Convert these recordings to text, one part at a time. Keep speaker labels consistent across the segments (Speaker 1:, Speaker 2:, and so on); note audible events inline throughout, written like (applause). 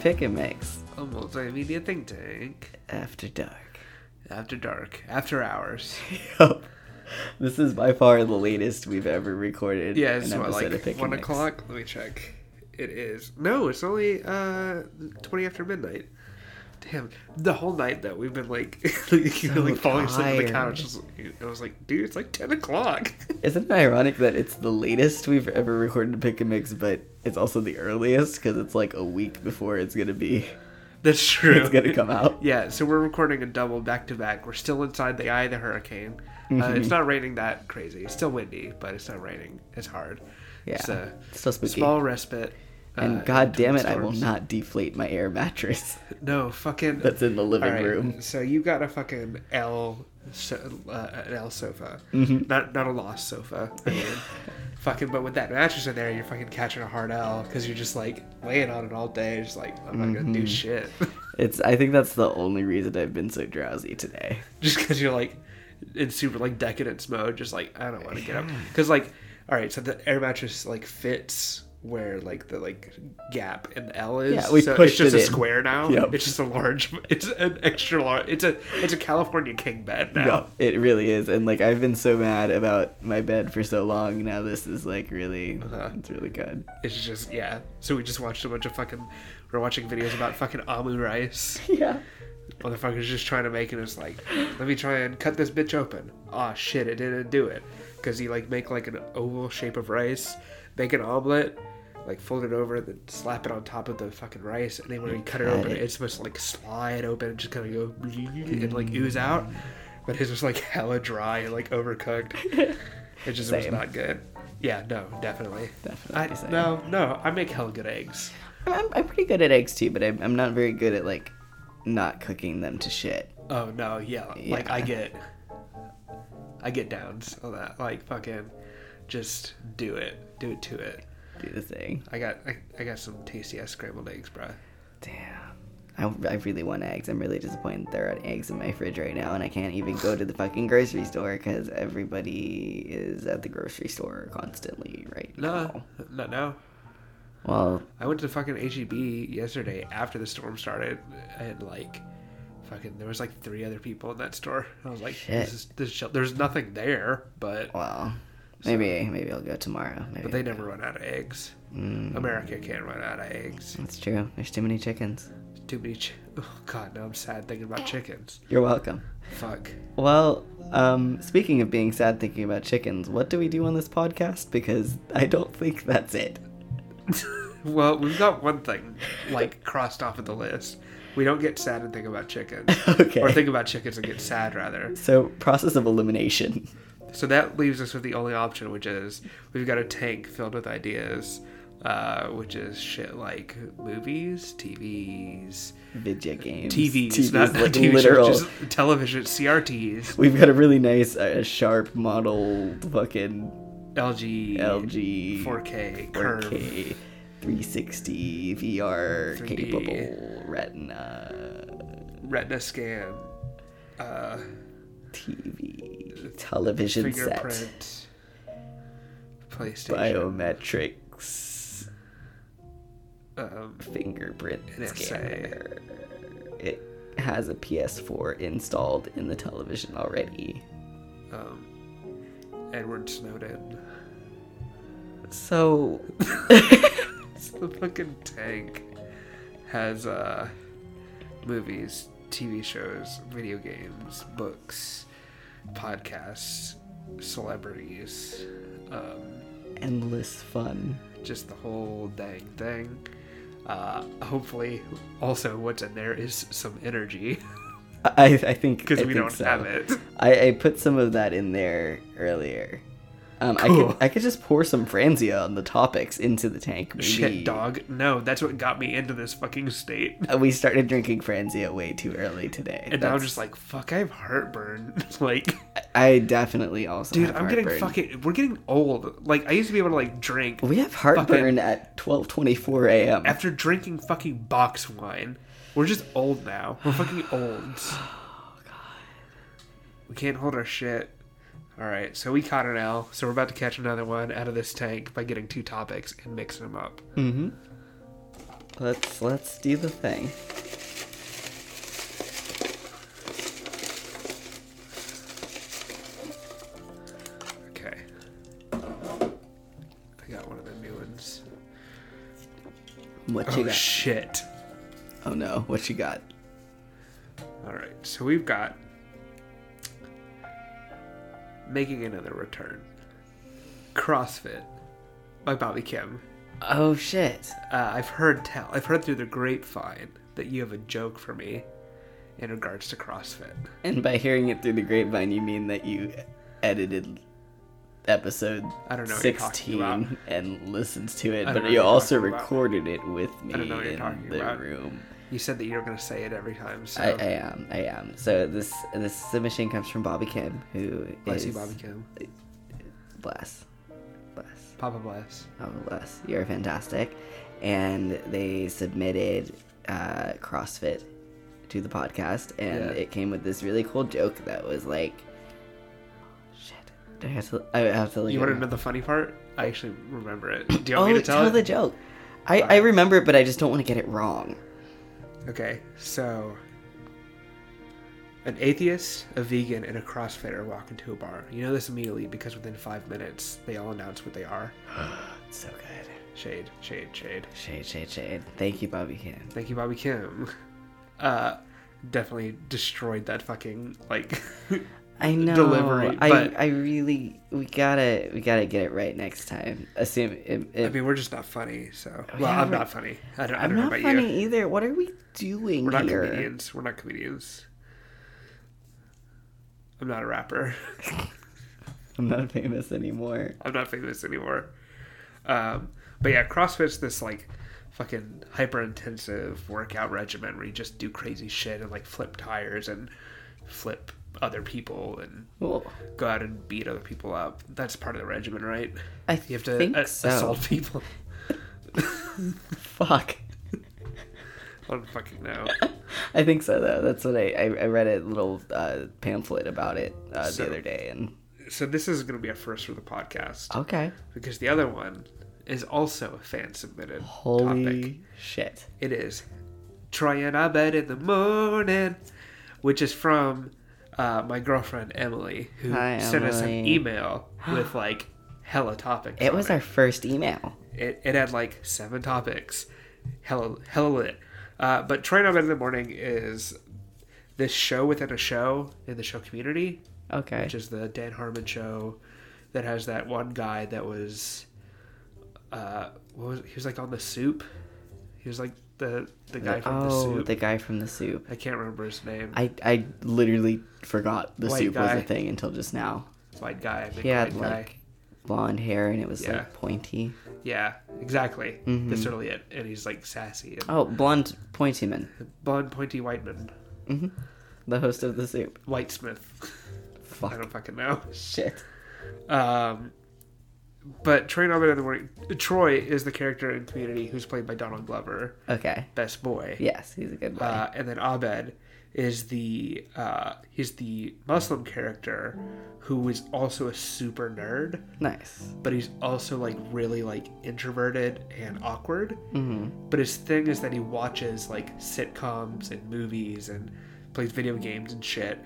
Speaker 1: pick and mix
Speaker 2: A multimedia think tank.
Speaker 1: after dark. (laughs)
Speaker 2: After dark. After hours.
Speaker 1: Yup. This is by far the latest we've ever recorded.
Speaker 2: Yeah, it's
Speaker 1: an
Speaker 2: what,
Speaker 1: episode of Pick
Speaker 2: like
Speaker 1: and
Speaker 2: one
Speaker 1: Mix.
Speaker 2: o'clock. Let me check. It is. No, it's only uh twenty after midnight. Damn, the whole night though we've been like, (laughs) like, you know, like falling asleep on the
Speaker 1: tired.
Speaker 2: couch. Just- I was like, dude, it's like ten o'clock. (laughs)
Speaker 1: Isn't it ironic that it's the latest we've ever recorded Pick and Mix, but it's also the earliest because it's like a week before it's gonna be (laughs)
Speaker 2: That's true.
Speaker 1: it's gonna come out.
Speaker 2: Yeah, so we're recording a double back to back. We're still inside the eye of the hurricane. Uh,
Speaker 1: Mm-hmm.
Speaker 2: it's not raining that crazy. It's still windy, but it's not raining. It's hard.
Speaker 1: Yeah,
Speaker 2: It's a
Speaker 1: so spooky.
Speaker 2: small respite.
Speaker 1: and
Speaker 2: uh,
Speaker 1: god damn it,
Speaker 2: between
Speaker 1: I will
Speaker 2: storms.
Speaker 1: not deflate my air mattress (laughs)
Speaker 2: No, fucking.
Speaker 1: that's in the living
Speaker 2: All right,
Speaker 1: room.
Speaker 2: So you got a fucking L, so, uh, an L sofa,
Speaker 1: Mm-hmm.
Speaker 2: not not a lost sofa.
Speaker 1: (laughs)
Speaker 2: I mean, fucking, but with that mattress in there, you're fucking catching a hard L because you're just like laying on it all day, just like I'm not gonna
Speaker 1: Mm-hmm.
Speaker 2: do shit, (laughs)
Speaker 1: It's I think that's the only reason I've been so drowsy today.
Speaker 2: (laughs) just because you're like in super like decadence mode, just like I don't want to get up because like all right, so the air mattress like fits where like the like gap in the L is.
Speaker 1: Yeah, we
Speaker 2: so it's
Speaker 1: pushed
Speaker 2: just
Speaker 1: it
Speaker 2: a
Speaker 1: in.
Speaker 2: square now.
Speaker 1: Yep.
Speaker 2: It's just a large. It's an extra large. It's a it's a California king bed now.
Speaker 1: No, it really is, and like I've been so mad about my bed for so long. Now this is like really,
Speaker 2: Uh-huh.
Speaker 1: it's really good.
Speaker 2: It's just yeah. So we just watched a bunch of fucking. We're watching videos about fucking amu rice.
Speaker 1: Yeah.
Speaker 2: Motherfuckers just trying to make it. It's like, let me try and cut this bitch open. Ah shit, it didn't do it. Cause you like make like an oval shape of rice, make an omelet, like fold it over, then slap it on top of the fucking rice, and then when you cut it
Speaker 1: Got
Speaker 2: open,
Speaker 1: it.
Speaker 2: it's supposed to like slide open and just kind of go and like ooze out. But his was like (laughs) hella dry and like overcooked. It just was
Speaker 1: Same.
Speaker 2: not good. Yeah, no, definitely.
Speaker 1: Definitely
Speaker 2: I,
Speaker 1: same.
Speaker 2: no, no, I make hella good eggs.
Speaker 1: I'm, I'm pretty good at eggs too, but I'm, I'm not very good at like not cooking them to shit.
Speaker 2: Oh no, yeah. Like I
Speaker 1: Yeah.
Speaker 2: get I get downs on that. Like fucking just do it. Do it to it.
Speaker 1: Do the thing.
Speaker 2: I got I, I got some tasty ass scrambled eggs, bro.
Speaker 1: Damn. I, I really want eggs. I'm really disappointed there aren't eggs in my fridge right now, and I can't even go to the fucking grocery store because everybody is at the grocery store constantly right
Speaker 2: No,
Speaker 1: now.
Speaker 2: not now.
Speaker 1: Well,
Speaker 2: I went to fucking HEB yesterday after the storm started and like fucking there was like three other people in that store. I was like
Speaker 1: Shit. Oh,
Speaker 2: this is this shel- there's nothing there, but
Speaker 1: well, maybe maybe I'll go tomorrow. Maybe
Speaker 2: but they never run out of eggs.
Speaker 1: Mm.
Speaker 2: America can't run out of eggs.
Speaker 1: That's true. There's too many chickens.
Speaker 2: Too many. Ch- oh god, now I'm sad
Speaker 1: (gasps)
Speaker 2: thinking about chickens.
Speaker 1: You're welcome.
Speaker 2: Fuck.
Speaker 1: Well, um, speaking of being sad thinking about chickens, what do we do on this podcast? Because I don't think that's it.
Speaker 2: Well, we've got one thing like crossed off of the list. We don't get sad and think about chickens,
Speaker 1: (laughs) Okay.
Speaker 2: or think about chickens and get sad rather.
Speaker 1: So process of elimination. (laughs)
Speaker 2: So that leaves us with the only option, which is we've got a tank filled with ideas, uh, which is shit like movies, TVs,
Speaker 1: Video games.
Speaker 2: TVs,
Speaker 1: TVs,
Speaker 2: not (laughs)
Speaker 1: like
Speaker 2: TV shows,
Speaker 1: literal.
Speaker 2: just television, CRTs,
Speaker 1: We've got a really nice, uh, sharp model, fucking
Speaker 2: LG,
Speaker 1: LG
Speaker 2: 4K, curve,
Speaker 1: 4K, 360 VR
Speaker 2: 3D.
Speaker 1: capable retina
Speaker 2: Retina scan, uh,
Speaker 1: TV television set
Speaker 2: fingerprint, PlayStation,
Speaker 1: biometrics
Speaker 2: um,
Speaker 1: fingerprint
Speaker 2: An essay.
Speaker 1: scanner. It has a PS4 installed in the television already.
Speaker 2: um, Edward Snowden. (laughs)
Speaker 1: So
Speaker 2: The fucking tank has uh, movies, TV shows, video games, books, podcasts, celebrities, um,
Speaker 1: endless fun.
Speaker 2: just the whole dang thing. Uh, hopefully, also what's in there is some energy (laughs)
Speaker 1: I I think
Speaker 2: because
Speaker 1: I
Speaker 2: we
Speaker 1: think
Speaker 2: don't
Speaker 1: so.
Speaker 2: have it.
Speaker 1: I, I put some of that in there earlier. Um, I
Speaker 2: Cool.
Speaker 1: could I could just pour some Franzia on the topics into the tank. Maybe.
Speaker 2: Shit, dog. No, that's what got me into this fucking state.
Speaker 1: Uh, We started drinking Franzia way too early today.
Speaker 2: And now I'm
Speaker 1: That's-
Speaker 2: just like, fuck, I have heartburn. (laughs) like,
Speaker 1: I definitely also.
Speaker 2: Dude,
Speaker 1: have
Speaker 2: I'm getting
Speaker 1: heartburn.
Speaker 2: fucking. We're getting old. Like I used to be able to like drink
Speaker 1: We have heartburn at twelve twenty four a.m.
Speaker 2: after drinking fucking box wine. We're just old now.
Speaker 1: (sighs)
Speaker 2: We're fucking old.
Speaker 1: Oh,
Speaker 2: We can't hold our shit. All right, so we caught an L. So we're about
Speaker 1: Hmm.
Speaker 2: to catch another one out of this tank by getting two topics and mixing them up.
Speaker 1: Mhm. Let's let's do the thing.
Speaker 2: Okay. I got one of the new ones.
Speaker 1: What you
Speaker 2: Oh
Speaker 1: got?
Speaker 2: shit.
Speaker 1: oh no, what you got?
Speaker 2: All right. So we've got making another return. CrossFit by Bobby Kim.
Speaker 1: Oh shit.
Speaker 2: Uh, I've heard tell. I've heard through the grapevine that you have a joke for me in regards to CrossFit.
Speaker 1: And by hearing it through the grapevine, you mean that you edited episode
Speaker 2: I don't know what you're talking
Speaker 1: 16
Speaker 2: about.
Speaker 1: and listened to it,
Speaker 2: I don't know
Speaker 1: but
Speaker 2: what
Speaker 1: you
Speaker 2: you're
Speaker 1: also
Speaker 2: talking about.
Speaker 1: recorded it with me
Speaker 2: don't know what you're
Speaker 1: in
Speaker 2: talking
Speaker 1: the
Speaker 2: about. Oh.
Speaker 1: room.
Speaker 2: You said that you were going to say it every time. So
Speaker 1: I, I am, I am. So this this submission comes from Bobby Kim, who
Speaker 2: bless
Speaker 1: is
Speaker 2: you, Bobby Kim.
Speaker 1: bless, bless.
Speaker 2: Papa bless.
Speaker 1: Oh, bless. You're fantastic. And they submitted uh, CrossFit to the podcast, and
Speaker 2: Yeah.
Speaker 1: it came with this really cool joke that was like, "Shit, do I have to? I have to look
Speaker 2: You
Speaker 1: it
Speaker 2: want to
Speaker 1: up.
Speaker 2: know the funny part? I actually remember it. Do
Speaker 1: (clears throat)
Speaker 2: you want
Speaker 1: Oh,
Speaker 2: me to tell,
Speaker 1: tell
Speaker 2: it?
Speaker 1: the joke. I, I
Speaker 2: Alright.
Speaker 1: remember it, but I just don't want to get it wrong.
Speaker 2: Okay, so an atheist, a vegan, and a CrossFitter walk into a bar. You know this immediately because within five minutes they all announce what they are.
Speaker 1: It's so good.
Speaker 2: Shade, shade, shade.
Speaker 1: Shade, shade, shade. Thank you, Bobby Kim.
Speaker 2: Thank you, Bobby Kim. Uh, definitely destroyed that fucking like. (laughs)
Speaker 1: I know.
Speaker 2: Delivery,
Speaker 1: I
Speaker 2: but-
Speaker 1: I really we gotta we gotta get it right next time. Assume it,
Speaker 2: I
Speaker 1: it,
Speaker 2: mean, we're just not funny. So well,
Speaker 1: Oh, yeah,
Speaker 2: I'm
Speaker 1: we're-
Speaker 2: not funny. I don't, I
Speaker 1: I'm
Speaker 2: don't know
Speaker 1: not
Speaker 2: about
Speaker 1: funny
Speaker 2: you.
Speaker 1: either. What are we doing
Speaker 2: We're not
Speaker 1: here?
Speaker 2: comedians. We're not comedians. I'm not a rapper. (laughs)
Speaker 1: I'm not famous anymore.
Speaker 2: I'm not famous anymore. Um, but yeah, CrossFit's this like fucking hyper intensive workout regimen where you just do crazy shit and like flip tires and flip other people and
Speaker 1: Well,
Speaker 2: go out and beat other people up. That's part of the regimen, right?
Speaker 1: I
Speaker 2: You have to
Speaker 1: think
Speaker 2: a-
Speaker 1: so.
Speaker 2: assault people. (laughs)
Speaker 1: Fuck.
Speaker 2: I don't fucking know.
Speaker 1: I think so though. That's what I I, I read a little uh, pamphlet about it uh,
Speaker 2: So-
Speaker 1: the other day and
Speaker 2: So this is going to be a first for the podcast
Speaker 1: okay.
Speaker 2: because the other one is also a fan submitted
Speaker 1: Holy
Speaker 2: topic.
Speaker 1: shit.
Speaker 2: It is Trying Our Bed in the Morning, which is from uh, my girlfriend Emily, who
Speaker 1: Hi,
Speaker 2: sent us an
Speaker 1: Emily.
Speaker 2: email
Speaker 1: (gasps)
Speaker 2: with like hella topics.
Speaker 1: It
Speaker 2: on
Speaker 1: was our first email.
Speaker 2: it, it had like seven topics. Hella, hella lit. Uh, but Trying Our Bed in the Morning is this show within a show in the show community,
Speaker 1: Okay.
Speaker 2: which is the Dan Harmon show that has that one guy that was. Uh, what was he was like on the soup? He was like the the guy from the
Speaker 1: oh,
Speaker 2: soup.
Speaker 1: the guy from the soup.
Speaker 2: I can't remember his name.
Speaker 1: I I literally forgot the
Speaker 2: White
Speaker 1: soup
Speaker 2: guy.
Speaker 1: was a thing until just now.
Speaker 2: white guy. I
Speaker 1: He
Speaker 2: yeah,
Speaker 1: had
Speaker 2: white guy.
Speaker 1: like blonde hair and it was
Speaker 2: Yeah.
Speaker 1: like pointy.
Speaker 2: Yeah, exactly.
Speaker 1: Mm-hmm.
Speaker 2: That's really it. And he's like sassy and
Speaker 1: Oh, blonde pointy man,
Speaker 2: blonde, pointy white man,
Speaker 1: the host of the soup.
Speaker 2: white smith. (laughs) I
Speaker 1: Fuck.
Speaker 2: don't fucking know.
Speaker 1: Shit.
Speaker 2: Um, but Troy Norman in the morning. Troy is the character in Community who's played by Donald Glover,
Speaker 1: Okay.
Speaker 2: best boy.
Speaker 1: Yes, he's a good boy.
Speaker 2: Uh, and then Abed is the uh, he's the Muslim character who is also a super nerd.
Speaker 1: nice.
Speaker 2: but he's also like really like introverted and awkward. But his thing is that he watches like sitcoms and movies and plays video games and shit.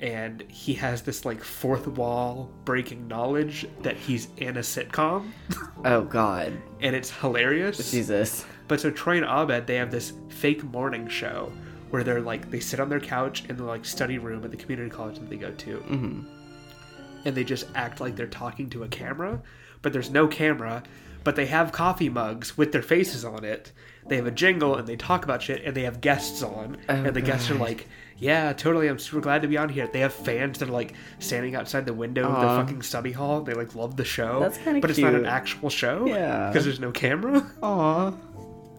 Speaker 2: And he has this like fourth wall breaking knowledge that he's in a sitcom,
Speaker 1: Oh God,
Speaker 2: and it's hilarious.
Speaker 1: Jesus!
Speaker 2: But so Troy and Abed, they have this fake morning show where they're like they sit on their couch in the like study room at the community college that they go to, mm-hmm. and they just act like they're talking to a camera, but there's no camera. But they have coffee mugs with their faces on it. They have a jingle and they talk about shit and they have guests on.
Speaker 1: Oh,
Speaker 2: and the guests are like, Yeah, totally. I'm super glad to be on here. They have fans that are like standing outside the window of
Speaker 1: Aw.
Speaker 2: the fucking study hall. They like love the show.
Speaker 1: That's kinda
Speaker 2: But it's not an
Speaker 1: cute.
Speaker 2: actual show.
Speaker 1: Yeah.
Speaker 2: Because there's no camera
Speaker 1: Aw,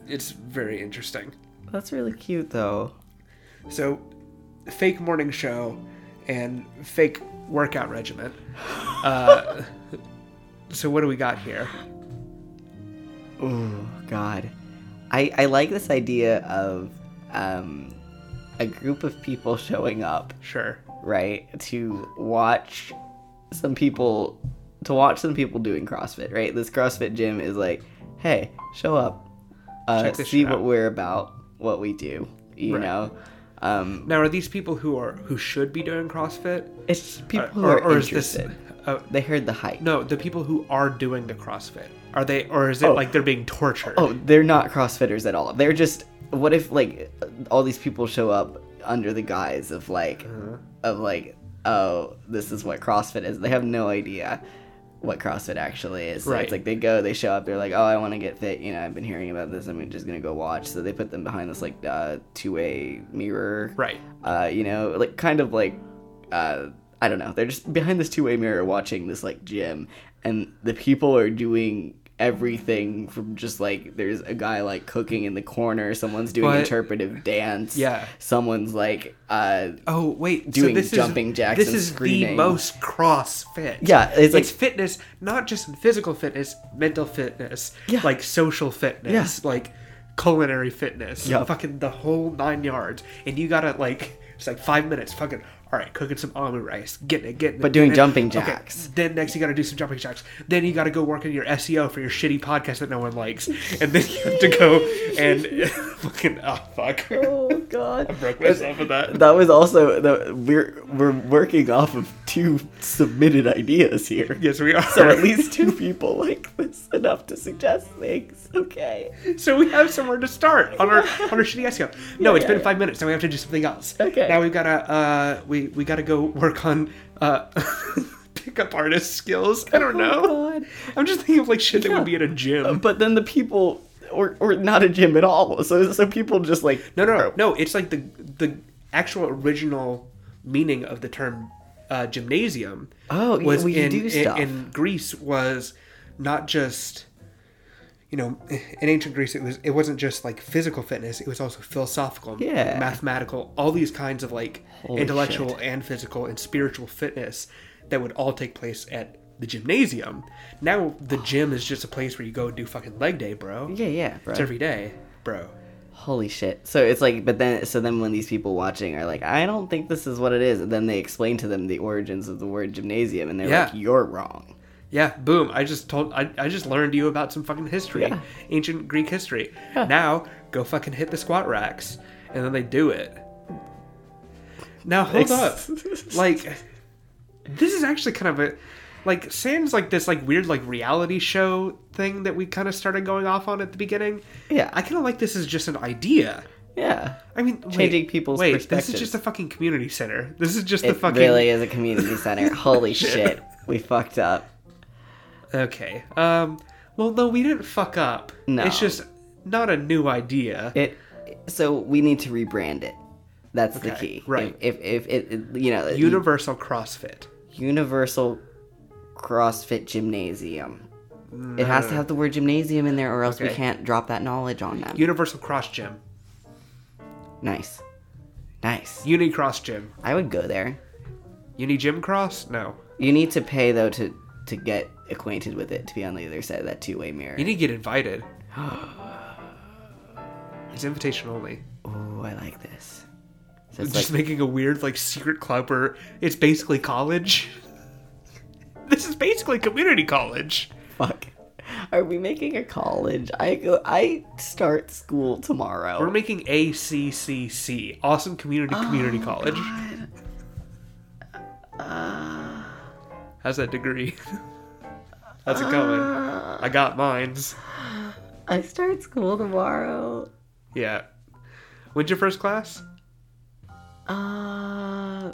Speaker 2: it's very interesting.
Speaker 1: that's really cute though.
Speaker 2: So, fake morning show and fake workout regimen. Uh, so what do we got here?
Speaker 1: Oh God, I I like this idea of um a group of people showing up
Speaker 2: Sure.
Speaker 1: right to watch some people to watch some people doing CrossFit. Right, this CrossFit gym is like, hey, show up. uh,
Speaker 2: Check this
Speaker 1: see
Speaker 2: shit
Speaker 1: what
Speaker 2: out.
Speaker 1: we're about, what we do. You
Speaker 2: Right.
Speaker 1: know, um,
Speaker 2: Now, are these people who are who should be doing CrossFit? Uh,
Speaker 1: it's just people who
Speaker 2: or,
Speaker 1: are
Speaker 2: or is this?
Speaker 1: interested.
Speaker 2: Uh,
Speaker 1: They heard the hype.
Speaker 2: no, the people who are doing the CrossFit are they, or is it like they're being tortured?
Speaker 1: Oh, they're not CrossFitters at all. They're just what if like all these people show up under the guise of like of like oh this is what CrossFit is. They have no idea what CrossFit actually is. So
Speaker 2: Right.
Speaker 1: It's like they go, they show up, they're like oh I want to get fit. You know I've been hearing about this. I'm just gonna go watch. So they put them behind this like uh, two way mirror.
Speaker 2: Right.
Speaker 1: Uh, you know like kind of like uh, I don't know. They're just behind this two way mirror watching this like gym, and the people are doing everything from just like there's a guy like cooking in the corner, someone's doing
Speaker 2: But-
Speaker 1: interpretive dance,
Speaker 2: Yeah.
Speaker 1: someone's like uh,
Speaker 2: Oh wait,
Speaker 1: Doing
Speaker 2: so this
Speaker 1: jumping
Speaker 2: is,
Speaker 1: jacks
Speaker 2: This
Speaker 1: and
Speaker 2: is the
Speaker 1: screaming.
Speaker 2: most CrossFit.
Speaker 1: Yeah, it's like-
Speaker 2: fitness, not just physical fitness, mental fitness,
Speaker 1: Yeah.
Speaker 2: like social fitness, like culinary fitness,
Speaker 1: Yeah.
Speaker 2: fucking the whole nine yards. And you gotta like it's like five minutes, fucking. All right, cooking some almond rice, getting it, getting it.
Speaker 1: But doing
Speaker 2: getting it.
Speaker 1: jumping
Speaker 2: Okay,
Speaker 1: jacks.
Speaker 2: Then next you got to do some jumping jacks. Then you got to go work on your SEO for your shitty podcast that no one likes. And then you have to
Speaker 1: (laughs)
Speaker 2: go and (laughs) fucking oh fuck,
Speaker 1: oh god,
Speaker 2: broke myself with that.
Speaker 1: That was also the we're we're working off of two submitted ideas
Speaker 2: (laughs)
Speaker 1: here.
Speaker 2: Yes, we are.
Speaker 1: So at least two people like this enough to suggest things. Okay.
Speaker 2: (laughs) So we have somewhere to start
Speaker 1: (laughs)
Speaker 2: on our on our shitty SEO. No,
Speaker 1: Yeah,
Speaker 2: it's
Speaker 1: yeah,
Speaker 2: been
Speaker 1: yeah.
Speaker 2: five minutes, and we have to do something else.
Speaker 1: Okay.
Speaker 2: Now we've gotta uh we we gotta go work on uh (laughs) pickup artist skills. I don't know.
Speaker 1: Oh, God.
Speaker 2: I'm just thinking of like shit that
Speaker 1: Yeah.
Speaker 2: would be at a gym.
Speaker 1: But then the people or or not a gym at all. So so people just like
Speaker 2: No, no, no. It's like the the actual original meaning of the term uh, gymnasium.
Speaker 1: Oh, yeah, well, you
Speaker 2: in,
Speaker 1: do
Speaker 2: in-
Speaker 1: stuff.
Speaker 2: in, Greece was not just you know in ancient Greece it was it wasn't just like physical fitness it was also philosophical,
Speaker 1: Yeah.
Speaker 2: mathematical, all these kinds of like
Speaker 1: Holy
Speaker 2: intellectual and physical and spiritual fitness that would all take place at the gymnasium. Now the gym is just a place where you go and do fucking leg day, bro.
Speaker 1: Yeah, yeah, bro.
Speaker 2: It's every day, bro.
Speaker 1: Holy shit. So it's like but then so then when these people watching are like, I don't think this is what it is, and then they explain to them the origins of the word gymnasium and they're
Speaker 2: Yeah.
Speaker 1: like, You're wrong.
Speaker 2: Yeah, boom. I just told I, I just learned you about some fucking history.
Speaker 1: Yeah.
Speaker 2: Ancient Greek history. Now go fucking hit the squat racks. And then they do it. Now hold up.
Speaker 1: Ex-
Speaker 2: Like this is actually kind of a like Sam's like this like weird like reality show thing that we kind of started going off on at the beginning.
Speaker 1: Yeah.
Speaker 2: I kind of like this is just an idea.
Speaker 1: Yeah.
Speaker 2: I mean,
Speaker 1: Changing
Speaker 2: wait,
Speaker 1: people's
Speaker 2: wait. This
Speaker 1: perspectives.
Speaker 2: is just a fucking community center. This is just the
Speaker 1: It
Speaker 2: fucking
Speaker 1: really is a (laughs) community center. Holy shit. We fucked up.
Speaker 2: Okay. Um. Well, no, we didn't fuck up.
Speaker 1: No.
Speaker 2: It's just not a new idea.
Speaker 1: It so we need to rebrand it. That's the
Speaker 2: Okay,
Speaker 1: key.
Speaker 2: right.
Speaker 1: If if, if it, it you know
Speaker 2: Universal CrossFit.
Speaker 1: Universal CrossFit Gymnasium. It has to have the word gymnasium in there, or else we
Speaker 2: Okay.
Speaker 1: can't drop that knowledge on them.
Speaker 2: Universal Cross Gym.
Speaker 1: nice, nice.
Speaker 2: Uni Cross Gym.
Speaker 1: I would go there.
Speaker 2: Uni Gym Cross? No.
Speaker 1: You need to pay though to to get acquainted with it to be on the other side of that two way mirror.
Speaker 2: You need to get invited.
Speaker 1: (gasps)
Speaker 2: it's invitation only.
Speaker 1: oh, I like this. So
Speaker 2: It's
Speaker 1: it's
Speaker 2: just
Speaker 1: like
Speaker 2: making a weird like secret club where it's basically college. (laughs) this is basically community college.
Speaker 1: fuck. Are we making a college? I go. I start school tomorrow.
Speaker 2: We're making ACCC, Awesome Community Community
Speaker 1: Oh,
Speaker 2: College. How's that degree? (laughs) How's
Speaker 1: Ah.
Speaker 2: it going? I got mines.
Speaker 1: I start school tomorrow.
Speaker 2: Yeah. When's your first class?
Speaker 1: Uh,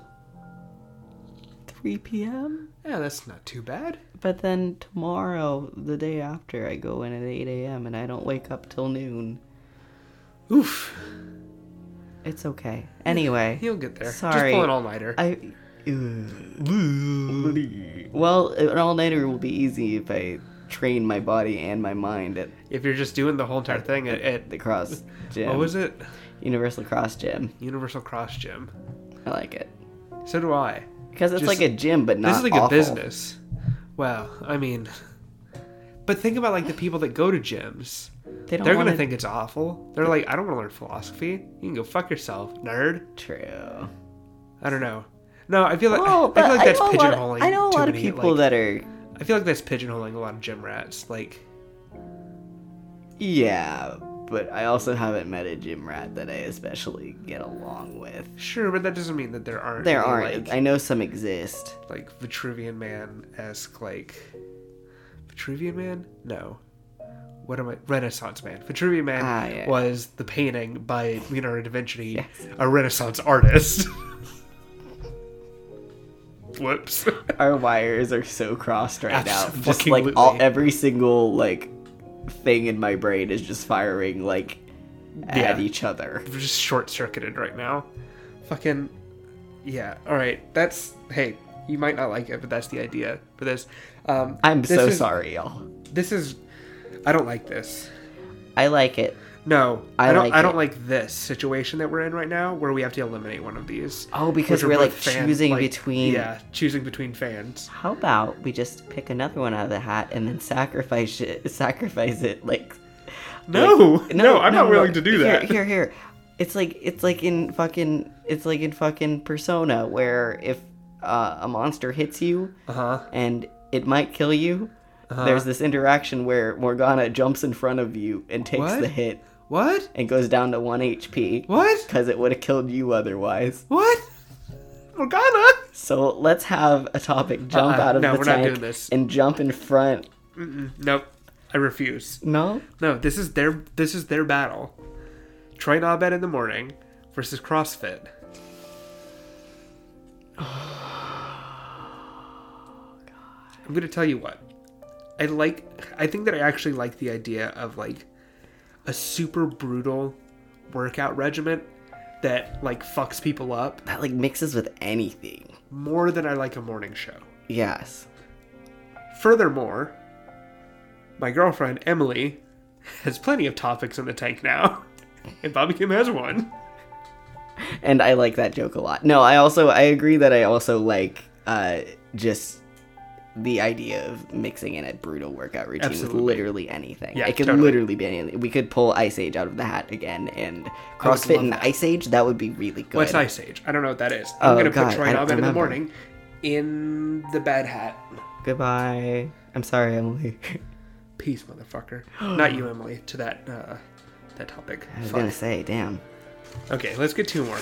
Speaker 1: 3 p.m.
Speaker 2: Yeah, that's not too bad.
Speaker 1: But then tomorrow, the day after, I go in at 8 a.m. and I don't wake up till noon.
Speaker 2: Oof.
Speaker 1: It's okay. Anyway,
Speaker 2: You'll get there. Just
Speaker 1: Sorry.
Speaker 2: pull an all nighter.
Speaker 1: I. Ugh. well, an all nighter will be easy if I train my body and my mind at
Speaker 2: If you're just doing the whole entire thing at, at
Speaker 1: the
Speaker 2: (laughs)
Speaker 1: cross gym.
Speaker 2: what was it?
Speaker 1: Universal Cross Gym.
Speaker 2: Universal Cross Gym.
Speaker 1: I like it.
Speaker 2: So do I.
Speaker 1: Because it's
Speaker 2: Just-
Speaker 1: like a gym, but not.
Speaker 2: this is like a
Speaker 1: awful.
Speaker 2: business. Well, I mean, but think about like the people that go to gyms.
Speaker 1: They don't
Speaker 2: They're gonna
Speaker 1: wanna-
Speaker 2: think it's awful. They're like, I don't want to learn philosophy. You can go fuck yourself, nerd.
Speaker 1: True.
Speaker 2: I don't know. No, I feel like
Speaker 1: Oh,
Speaker 2: I feel like that's
Speaker 1: know a lot of-
Speaker 2: pigeonholing.
Speaker 1: I know a
Speaker 2: too
Speaker 1: lot of
Speaker 2: many,
Speaker 1: people
Speaker 2: like-
Speaker 1: that are.
Speaker 2: I feel like that's pigeonholing a lot of gym rats. Like,
Speaker 1: Yeah, but I also haven't met a gym rat that I especially get along with.
Speaker 2: Sure, but that doesn't mean that there aren't.
Speaker 1: There
Speaker 2: any,
Speaker 1: aren't.
Speaker 2: like,
Speaker 1: I know some exist.
Speaker 2: like Vitruvian Man esque like Vitruvian Man? No. What am I? Renaissance Man. Vitruvian Man
Speaker 1: Ah, yeah.
Speaker 2: was the painting by Leonardo da Vinci,
Speaker 1: Yes.
Speaker 2: a Renaissance artist. (laughs) Whoops. (laughs)
Speaker 1: Our wires are so crossed right now. Just
Speaker 2: Abso-fucking-lutely.
Speaker 1: like all every single like thing in my brain is just firing like at
Speaker 2: Yeah.
Speaker 1: each other.
Speaker 2: We're just short circuited right now. Fucking. Yeah. All right. That's. Hey, you might not like it, but that's the idea for this. Um,
Speaker 1: I'm
Speaker 2: this
Speaker 1: so
Speaker 2: is-
Speaker 1: sorry, y'all.
Speaker 2: This is. I don't like this.
Speaker 1: I like it.
Speaker 2: No,
Speaker 1: I
Speaker 2: I, don't.
Speaker 1: like
Speaker 2: I don't
Speaker 1: it.
Speaker 2: like this situation that we're in right now, where we have to eliminate one of these.
Speaker 1: Oh, because
Speaker 2: Which are
Speaker 1: we're, like,
Speaker 2: both fan-
Speaker 1: choosing
Speaker 2: like,
Speaker 1: between-
Speaker 2: Yeah, choosing between fans.
Speaker 1: How about we just pick another one out of the hat and then sacrifice it? Sacrifice it like.
Speaker 2: No,
Speaker 1: like-
Speaker 2: no, I'm not willing to do
Speaker 1: Here,
Speaker 2: that.
Speaker 1: Here, here, It's like it's like in fucking it's like in fucking Persona where if uh, a monster hits you
Speaker 2: Uh huh.
Speaker 1: and it might kill you,
Speaker 2: Uh-huh.
Speaker 1: there's this interaction where Morgana jumps in front of you and takes
Speaker 2: What?
Speaker 1: the hit
Speaker 2: What?
Speaker 1: and goes down to one HP.
Speaker 2: What?
Speaker 1: Because it would have killed you otherwise.
Speaker 2: What? Morgana?
Speaker 1: So let's have a topic jump
Speaker 2: Uh-uh.
Speaker 1: out of
Speaker 2: No,
Speaker 1: the
Speaker 2: we're not
Speaker 1: tank
Speaker 2: doing this.
Speaker 1: and jump in front.
Speaker 2: Mm-mm. Nope. I refuse.
Speaker 1: No,
Speaker 2: No, this is their this is their battle. Troy Abed in the morning versus CrossFit. (sighs) I'm gonna tell you what. I like. I think that I actually like the idea of like a super brutal workout regimen that like fucks people up
Speaker 1: that like mixes with anything.
Speaker 2: more than I like a morning show.
Speaker 1: Yes.
Speaker 2: Furthermore, my girlfriend Emily has plenty of topics in the tank now, (laughs) and Bobby Kim has one.
Speaker 1: and I like that joke a lot. No, I also I agree that I also like uh just the idea of mixing in a brutal workout routine
Speaker 2: Absolutely.
Speaker 1: with literally anything.
Speaker 2: Yeah,
Speaker 1: it could
Speaker 2: totally.
Speaker 1: literally be anything. We could pull Ice Age out of the hat again and CrossFit
Speaker 2: love
Speaker 1: and
Speaker 2: that.
Speaker 1: Ice Age. That would be really good.
Speaker 2: What's Ice Age? I don't know what that is. I'm
Speaker 1: Oh,
Speaker 2: gonna
Speaker 1: God,
Speaker 2: put Troy
Speaker 1: I don't
Speaker 2: Knob in the
Speaker 1: remember.
Speaker 2: morning in the bad hat.
Speaker 1: Goodbye. I'm sorry, Emily. (laughs) (gasps)
Speaker 2: Peace, motherfucker. Not you, Emily. To that uh, that topic.
Speaker 1: I was
Speaker 2: Fuck.
Speaker 1: gonna say, damn.
Speaker 2: Okay, let's get two more.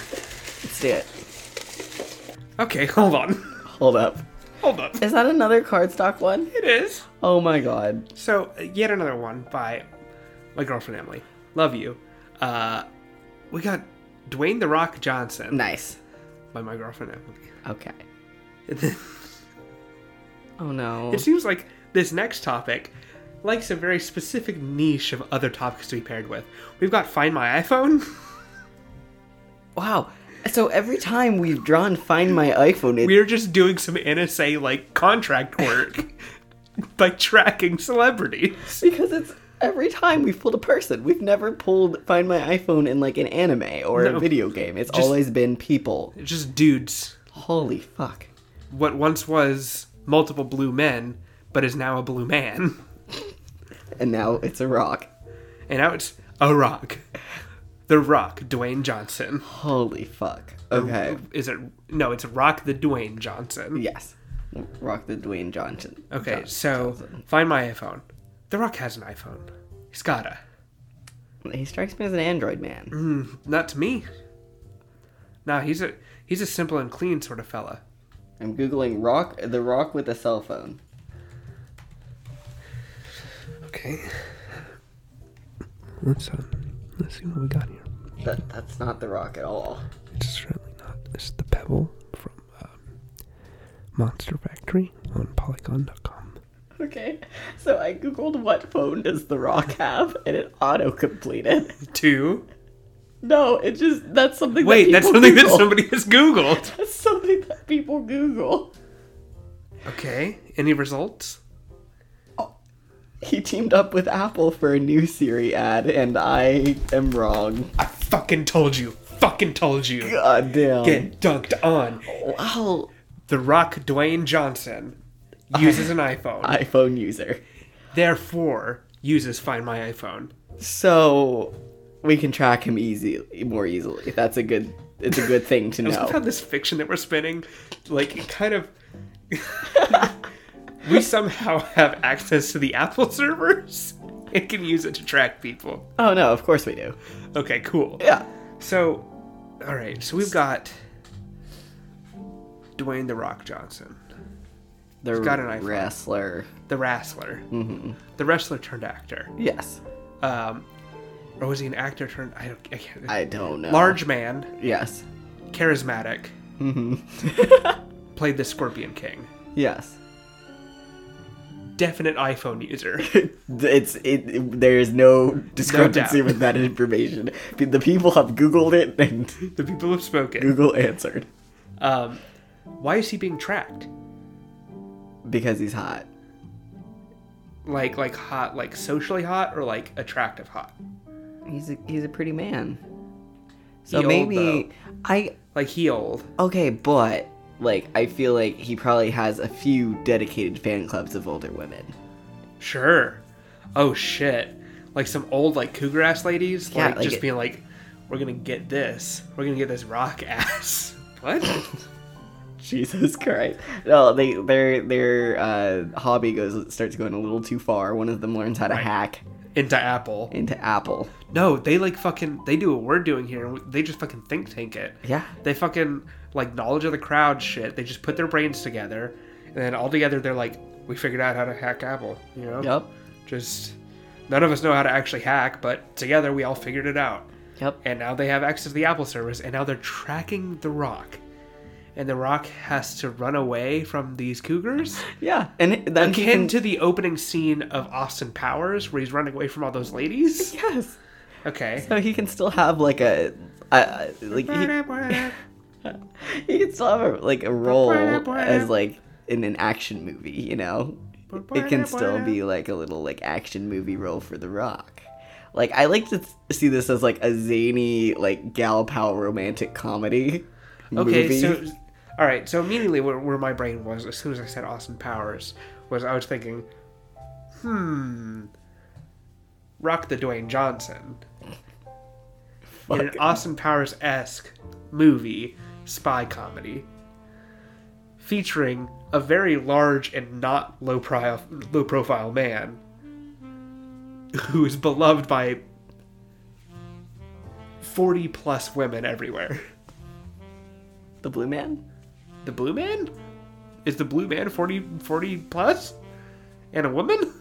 Speaker 1: Let's do it.
Speaker 2: Okay, (laughs) hold on,
Speaker 1: Hold up.
Speaker 2: hold up.
Speaker 1: Is that another cardstock one?
Speaker 2: It is.
Speaker 1: Oh my god.
Speaker 2: So, yet another one by my girlfriend Emily. Love you. Uh, we got Dwayne the Rock Johnson
Speaker 1: Nice.
Speaker 2: by my girlfriend Emily.
Speaker 1: Okay.
Speaker 2: And then
Speaker 1: Oh no.
Speaker 2: it seems like this next topic likes a very specific niche of other topics to be paired with. We've got Find My iPhone. (laughs)
Speaker 1: Wow. So every time we've drawn Find My iPhone, it
Speaker 2: We're just doing some NSA like contract work by tracking celebrities.
Speaker 1: Because it's every time we've pulled a person. We've never pulled Find My iPhone in like an anime or a
Speaker 2: No.
Speaker 1: video game. It's always been people.
Speaker 2: Just dudes.
Speaker 1: Holy fuck.
Speaker 2: What once was multiple blue men, but is now a blue man.
Speaker 1: And now it's a rock.
Speaker 2: And now it's a rock. The Rock, Dwayne Johnson.
Speaker 1: Holy fuck. Okay.
Speaker 2: Is it? No, it's Rock the Dwayne Johnson.
Speaker 1: Yes. Rock the Dwayne Johnson.
Speaker 2: Okay, so find my iPhone. The Rock has an iPhone. He's gotta.
Speaker 1: He strikes me as an android man.
Speaker 2: Hmm, Not to me. Nah, he's a he's a simple and clean sort of fella.
Speaker 1: I'm googling rock the rock with a cell phone.
Speaker 2: Okay. Let's um, let's see what we got here.
Speaker 1: That that's not the rock at all.
Speaker 2: It's certainly not. This is the Pebble from um, Monster Factory on Polygon.com.
Speaker 1: Okay. So I googled what phone does the rock have and it auto completed.
Speaker 2: Two.
Speaker 1: (laughs) No, it just that's something
Speaker 2: Wait,
Speaker 1: that
Speaker 2: that's
Speaker 1: people
Speaker 2: something that
Speaker 1: Google.
Speaker 2: somebody has Googled.
Speaker 1: That's something that people Google.
Speaker 2: Okay. Any results?
Speaker 1: He teamed up with Apple for a new Siri ad, and I am wrong.
Speaker 2: I fucking told you. Fucking told you.
Speaker 1: God damn.
Speaker 2: Get dunked on.
Speaker 1: Wow.
Speaker 2: The Rock Dwayne Johnson uses an iPhone.
Speaker 1: iPhone user.
Speaker 2: therefore, uses Find My iPhone.
Speaker 1: So we can track him easy, more easily. That's a good. It's a good thing
Speaker 2: (laughs)
Speaker 1: to
Speaker 2: I love how
Speaker 1: know.
Speaker 2: this fiction that we're spinning, like, it kind (laughs) of. we somehow have access to the Apple servers, It can use it to track people.
Speaker 1: Oh no, of course we do.
Speaker 2: Okay, cool.
Speaker 1: Yeah.
Speaker 2: So, all right. So we've got Dwayne the Rock Johnson,
Speaker 1: The
Speaker 2: got an iPhone.
Speaker 1: wrestler.
Speaker 2: the wrestler, mm-hmm. the wrestler turned actor,
Speaker 1: Yes.
Speaker 2: um, or was he an actor turned? I don't. I can't.
Speaker 1: I don't know.
Speaker 2: Large man,
Speaker 1: Yes.
Speaker 2: charismatic,
Speaker 1: Mm-hmm.
Speaker 2: (laughs) played the Scorpion King.
Speaker 1: yes. (laughs)
Speaker 2: Definite iPhone user. (laughs)
Speaker 1: It's it. There is no discrepancy
Speaker 2: doubt.
Speaker 1: with that information. The people have Googled it and (laughs)
Speaker 2: the people have spoken.
Speaker 1: Google answered
Speaker 2: Um, why is he being tracked?
Speaker 1: because he's hot.
Speaker 2: Like, like hot, like socially hot, or like attractive hot?
Speaker 1: He's a he's a pretty man. So
Speaker 2: He old,
Speaker 1: maybe
Speaker 2: though.
Speaker 1: I
Speaker 2: Like he old.
Speaker 1: okay, but like I feel like he probably has a few dedicated fan clubs of older women.
Speaker 2: Sure. Oh shit. Like some old like cougar ass ladies,
Speaker 1: Yeah,
Speaker 2: like,
Speaker 1: like
Speaker 2: just
Speaker 1: it-
Speaker 2: being like, "We're gonna get this. We're gonna get this rock (laughs) ass." what?
Speaker 1: (laughs) (laughs) Jesus Christ! No, they their their uh, hobby goes starts going a little too far. One of them learns how to hack
Speaker 2: Into Apple.
Speaker 1: into Apple.
Speaker 2: No, they like fucking. They do what we're doing here. and They just fucking think tank it.
Speaker 1: Yeah.
Speaker 2: They fucking like knowledge of the crowd shit. They just put their brains together, and then all together they're like, "We figured out how to hack Apple." You know.
Speaker 1: Yep.
Speaker 2: Just none of us know how to actually hack, but together we all figured it out.
Speaker 1: Yep.
Speaker 2: and now they have access to the Apple service, and now they're tracking The Rock. And The Rock has to run away from these cougars.
Speaker 1: (laughs) Yeah, and it- then he
Speaker 2: Akin
Speaker 1: can. (laughs)
Speaker 2: to the opening scene of Austin Powers, where he's running away from all
Speaker 1: (laughs)
Speaker 2: those ladies.
Speaker 1: yes.
Speaker 2: Okay. (laughs)
Speaker 1: So he can still have like a, a like he, (laughs) he can still have a, like a role as like in an action movie. You know, it can still be like a little like action movie role for The Rock. Like I like to th- see this as like a zany like gal pal romantic comedy.
Speaker 2: (laughs) Okay,
Speaker 1: movie.
Speaker 2: so. All right, so immediately where, where my brain was as soon as I said Austin Powers was I was thinking, hmm, Rock the
Speaker 1: (laughs)
Speaker 2: Dwayne Johnson. in an
Speaker 1: Fuck.
Speaker 2: Austin Powers esque movie spy comedy featuring a very large and not low profile low profile man who is beloved by 40 plus women everywhere. (laughs)
Speaker 1: the Blue Man.
Speaker 2: The blue man? Is the blue man 40 40 plus? And a woman?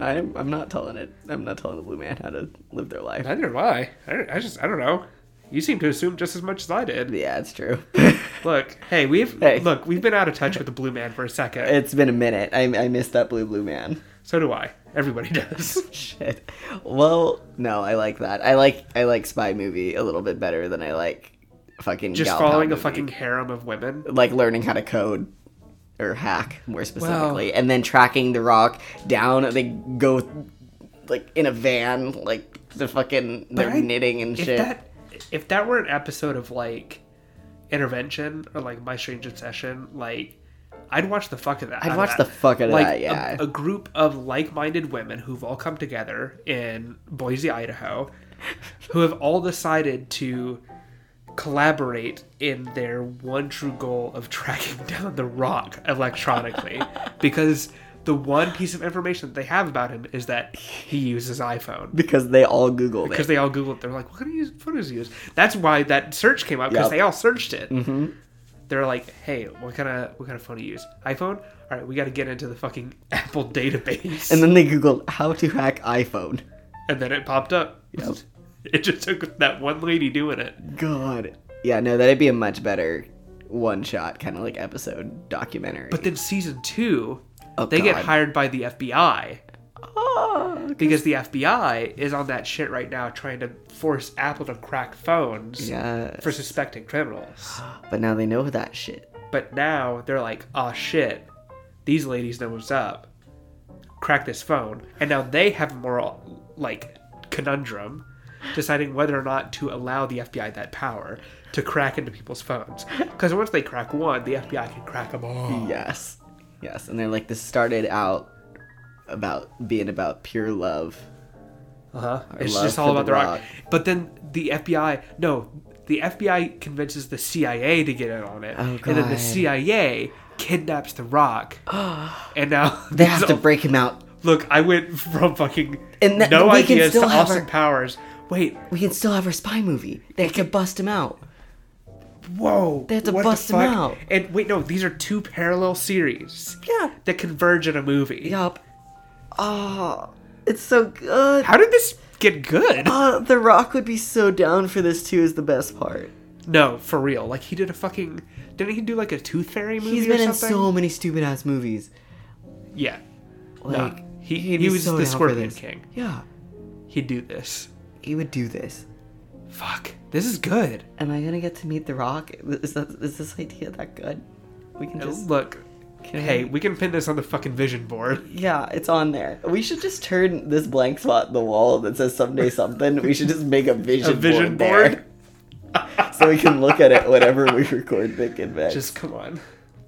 Speaker 1: I'm I'm not telling it. I'm not telling the Blue Man how to live their life.
Speaker 2: Neither am I. I, I just I don't know. You seem to assume just as much as I did.
Speaker 1: Yeah, it's true. (laughs)
Speaker 2: Look, hey, we've
Speaker 1: Hey.
Speaker 2: look, we've been out of touch with the blue man for a second.
Speaker 1: it's been a minute. I I miss that Blue Blue Man.
Speaker 2: So do I. Everybody
Speaker 1: (laughs)
Speaker 2: does.
Speaker 1: Shit. Well, no, I like that. I like I like spy movie a little bit better than I like fucking
Speaker 2: Just
Speaker 1: gal pal
Speaker 2: following a
Speaker 1: movie.
Speaker 2: fucking harem of women.
Speaker 1: like learning how to code or hack more specifically, and then tracking the rock down. They go like in a van, like the fucking they're
Speaker 2: I-
Speaker 1: knitting and
Speaker 2: If
Speaker 1: shit.
Speaker 2: that if that were an episode of like intervention or like My Strange Obsession, like I'd watch the fuck of that.
Speaker 1: I'd
Speaker 2: out
Speaker 1: watch
Speaker 2: of
Speaker 1: the
Speaker 2: that.
Speaker 1: fuck out of
Speaker 2: like
Speaker 1: that. Yeah.
Speaker 2: a, a group of like-minded women who've all come together in Boise, Idaho, who have all decided to collaborate in their one true goal of tracking (laughs) down the rock electronically
Speaker 1: (laughs)
Speaker 2: because the one piece of information that they have about him is that he uses iPhone
Speaker 1: because they all Googled
Speaker 2: because
Speaker 1: it.
Speaker 2: they all googled they're like what do you what does he use that's why that search came up because
Speaker 1: Yep. Mm-hmm.
Speaker 2: they all searched it they're like hey what kind of what kind of phone do you use iphone all right we got to get into the fucking (laughs) apple database
Speaker 1: And then
Speaker 2: and,
Speaker 1: they Googled how to hack iPhone.
Speaker 2: then it popped up
Speaker 1: Yep.
Speaker 2: (laughs) it just took that one lady doing it
Speaker 1: God. Yeah, no, that'd be a much better one shot kind of like episode documentary.
Speaker 2: but then season two
Speaker 1: Oh,
Speaker 2: they get
Speaker 1: God.
Speaker 2: hired by the fbi
Speaker 1: Oh,
Speaker 2: because the fbi is on that shit right now trying to force apple to crack phones
Speaker 1: yeah.
Speaker 2: for suspecting criminals
Speaker 1: But now they know that shit.
Speaker 2: But now they're like, oh shit, these ladies know what's up. Crack this phone. And now they have a moral, like, conundrum deciding whether or not to allow the FBI that power to crack into people's phones. Because once they crack one, the FBI can crack them all.
Speaker 1: Yes. Yes. And they're like, this started out about being about pure love.
Speaker 2: Uh-huh. It's
Speaker 1: love
Speaker 2: just
Speaker 1: for
Speaker 2: all about
Speaker 1: The
Speaker 2: the rock.
Speaker 1: Rock.
Speaker 2: But then the FBI, no, the FBI convinces the CIA to get in on it.
Speaker 1: Oh,
Speaker 2: And then the
Speaker 1: God. (gasps)
Speaker 2: CIA kidnaps the rock. and now
Speaker 1: They have
Speaker 2: these
Speaker 1: to break him out
Speaker 2: Look, I went from fucking
Speaker 1: And that-
Speaker 2: no
Speaker 1: we can
Speaker 2: ideas to
Speaker 1: still have
Speaker 2: Austin
Speaker 1: our-
Speaker 2: Powers. Wait,
Speaker 1: We can still have our spy movie. They have to bust him out.
Speaker 2: whoa!
Speaker 1: They had to
Speaker 2: what the
Speaker 1: bust him
Speaker 2: fuck?
Speaker 1: out.
Speaker 2: And wait, no, these are two parallel series.
Speaker 1: Yeah.
Speaker 2: That converge in a movie.
Speaker 1: Yup. Oh, it's so good.
Speaker 2: How did this get good?
Speaker 1: Oh, the Rock would be so down for this too. Is the best part.
Speaker 2: No, for real. Like he did a fucking. Didn't he do like a Tooth Fairy movie
Speaker 1: He's
Speaker 2: or
Speaker 1: been in
Speaker 2: something?
Speaker 1: so many stupid ass movies.
Speaker 2: Yeah.
Speaker 1: Like
Speaker 2: no. He,
Speaker 1: he'd
Speaker 2: he
Speaker 1: be
Speaker 2: was
Speaker 1: so
Speaker 2: the
Speaker 1: down for
Speaker 2: Scorpion
Speaker 1: this.
Speaker 2: King.
Speaker 1: Yeah,
Speaker 2: He'd do this.
Speaker 1: he would do this.
Speaker 2: Fuck. This is good.
Speaker 1: Am I gonna get to meet the Rock? Is that is this idea that good? We can just
Speaker 2: Look.
Speaker 1: Can
Speaker 2: hey,
Speaker 1: I-
Speaker 2: we can pin this on the fucking vision board.
Speaker 1: yeah, it's on there. We should just turn this blank spot in the wall that says someday something. We should just make a vision,
Speaker 2: (laughs) A vision
Speaker 1: board,
Speaker 2: board.
Speaker 1: there (laughs) so we can look at it whenever we record Big and Back.
Speaker 2: Just come on.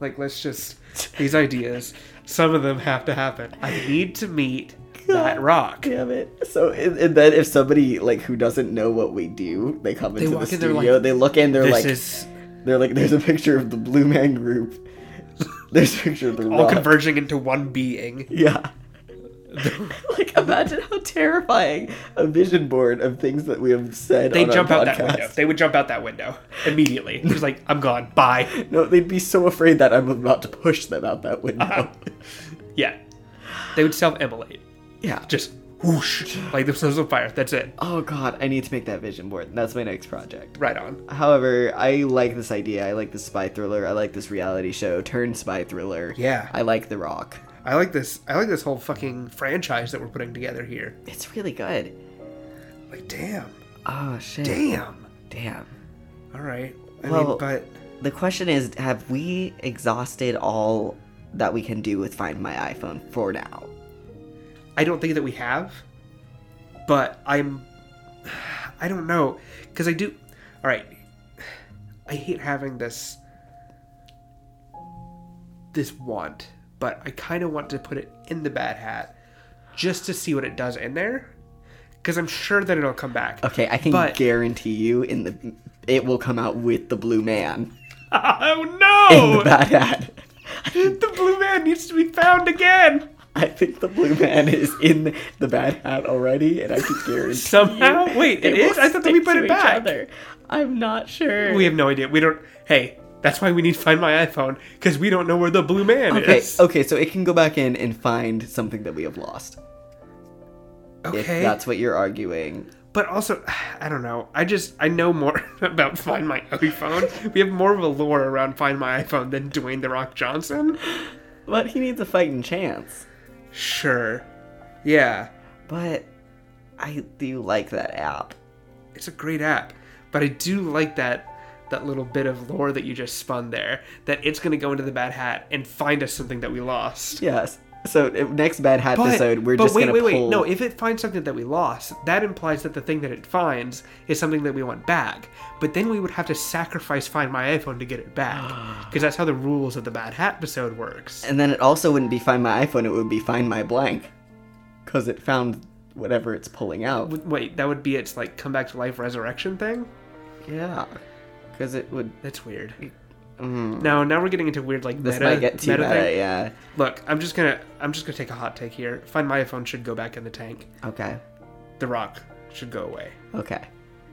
Speaker 2: Like let's just these ideas. Some of them have to happen. I need to meet that rock.
Speaker 1: Damn it! So and, and then if somebody like who doesn't know what we do, they come into the
Speaker 2: walk in, they're
Speaker 1: studio.
Speaker 2: like,
Speaker 1: they look in. They're
Speaker 2: This
Speaker 1: like,
Speaker 2: is
Speaker 1: they're like, there's a picture of the Blue Man
Speaker 2: (laughs)
Speaker 1: Group. There's a picture of the
Speaker 2: all
Speaker 1: Rock.
Speaker 2: converging into one being.
Speaker 1: (laughs) yeah. (laughs) like imagine how terrifying a vision board of things that we have said.
Speaker 2: They
Speaker 1: on
Speaker 2: jump
Speaker 1: our
Speaker 2: out
Speaker 1: podcast.
Speaker 2: that window. They would jump out that window
Speaker 1: (laughs)
Speaker 2: immediately. Just like, I'm gone. Bye.
Speaker 1: No, they'd be so afraid that I'm about to push them out that window.
Speaker 2: Yeah. They would self immolate.
Speaker 1: yeah.
Speaker 2: Just whoosh. Like themselves on fire. That's it.
Speaker 1: (laughs) Oh god, I need to make that vision board. That's my next project.
Speaker 2: Right on.
Speaker 1: However, I like this idea. I like this spy thriller. I like this reality show turned spy thriller.
Speaker 2: Yeah.
Speaker 1: I like The Rock.
Speaker 2: I like this I like this whole fucking franchise that we're putting together here.
Speaker 1: It's really good.
Speaker 2: Like damn.
Speaker 1: Oh shit.
Speaker 2: Damn.
Speaker 1: Damn.
Speaker 2: Alright. I
Speaker 1: Well-
Speaker 2: mean but
Speaker 1: The question is, have we exhausted all that we can do with Find My iPhone for now?
Speaker 2: I don't think that we have. But I'm (sighs) I don't know. Cause I do alright. I hate having this this want, but I kinda want to put it in the bad hat just to see what it does in there. Cause I'm sure that it'll come back.
Speaker 1: Okay, I can
Speaker 2: But-
Speaker 1: guarantee you in the it will come out with the blue man
Speaker 2: (laughs) Oh
Speaker 1: in the
Speaker 2: no!
Speaker 1: bad ad. (laughs)
Speaker 2: the blue man needs to be found again!
Speaker 1: I think the blue man is in the bad hat already, and I can guarantee (laughs)
Speaker 2: Somehow?
Speaker 1: you
Speaker 2: Wait, it
Speaker 1: will
Speaker 2: is? I thought that we
Speaker 1: stick
Speaker 2: put
Speaker 1: to
Speaker 2: it
Speaker 1: each
Speaker 2: back.
Speaker 1: other. I'm not sure.
Speaker 2: We have no idea. We don't. Hey, that's why we need to find my iPhone, because we don't know where the blue man
Speaker 1: okay,
Speaker 2: is.
Speaker 1: okay, so it can go back in and find something that we have lost. If
Speaker 2: Okay.
Speaker 1: that's what you're arguing.
Speaker 2: But also, (sighs) I don't know. I just. I know more (laughs) about Find My iPhone. we have more of a lore around Find My iPhone than Dwayne The Rock Johnson.
Speaker 1: But he needs a fighting chance.
Speaker 2: Sure. Yeah.
Speaker 1: But I do like that app.
Speaker 2: It's a great app. But I do like that. That little bit of lore that you just spun there, that it's going to go into the bad hat and find us something that we lost.
Speaker 1: Yes. So uh, next bad hat episode, we're just
Speaker 2: wait,
Speaker 1: gonna
Speaker 2: wait, wait.
Speaker 1: pull.
Speaker 2: No, if it finds something that we lost, that implies that the thing that it finds is something that we want back. But then we would have to sacrifice find my iPhone to get
Speaker 1: (gasps)
Speaker 2: it back, because that's how the rules of the bad hat episode works.
Speaker 1: And then it also wouldn't be find my iPhone. It would be find my blank, because it found whatever it's pulling out.
Speaker 2: W- Wait, that would be its like come back to life resurrection thing.
Speaker 1: Yeah, because it would.
Speaker 2: That's weird.
Speaker 1: Mm,
Speaker 2: Now, now we're getting into weird like
Speaker 1: this
Speaker 2: meta,
Speaker 1: might get too
Speaker 2: meta
Speaker 1: meta.
Speaker 2: thing.
Speaker 1: yeah.
Speaker 2: Look, I'm just gonna I'm just gonna take a hot take here. Find my iPhone should go back in the tank.
Speaker 1: Okay.
Speaker 2: The Rock should go away.
Speaker 1: Okay.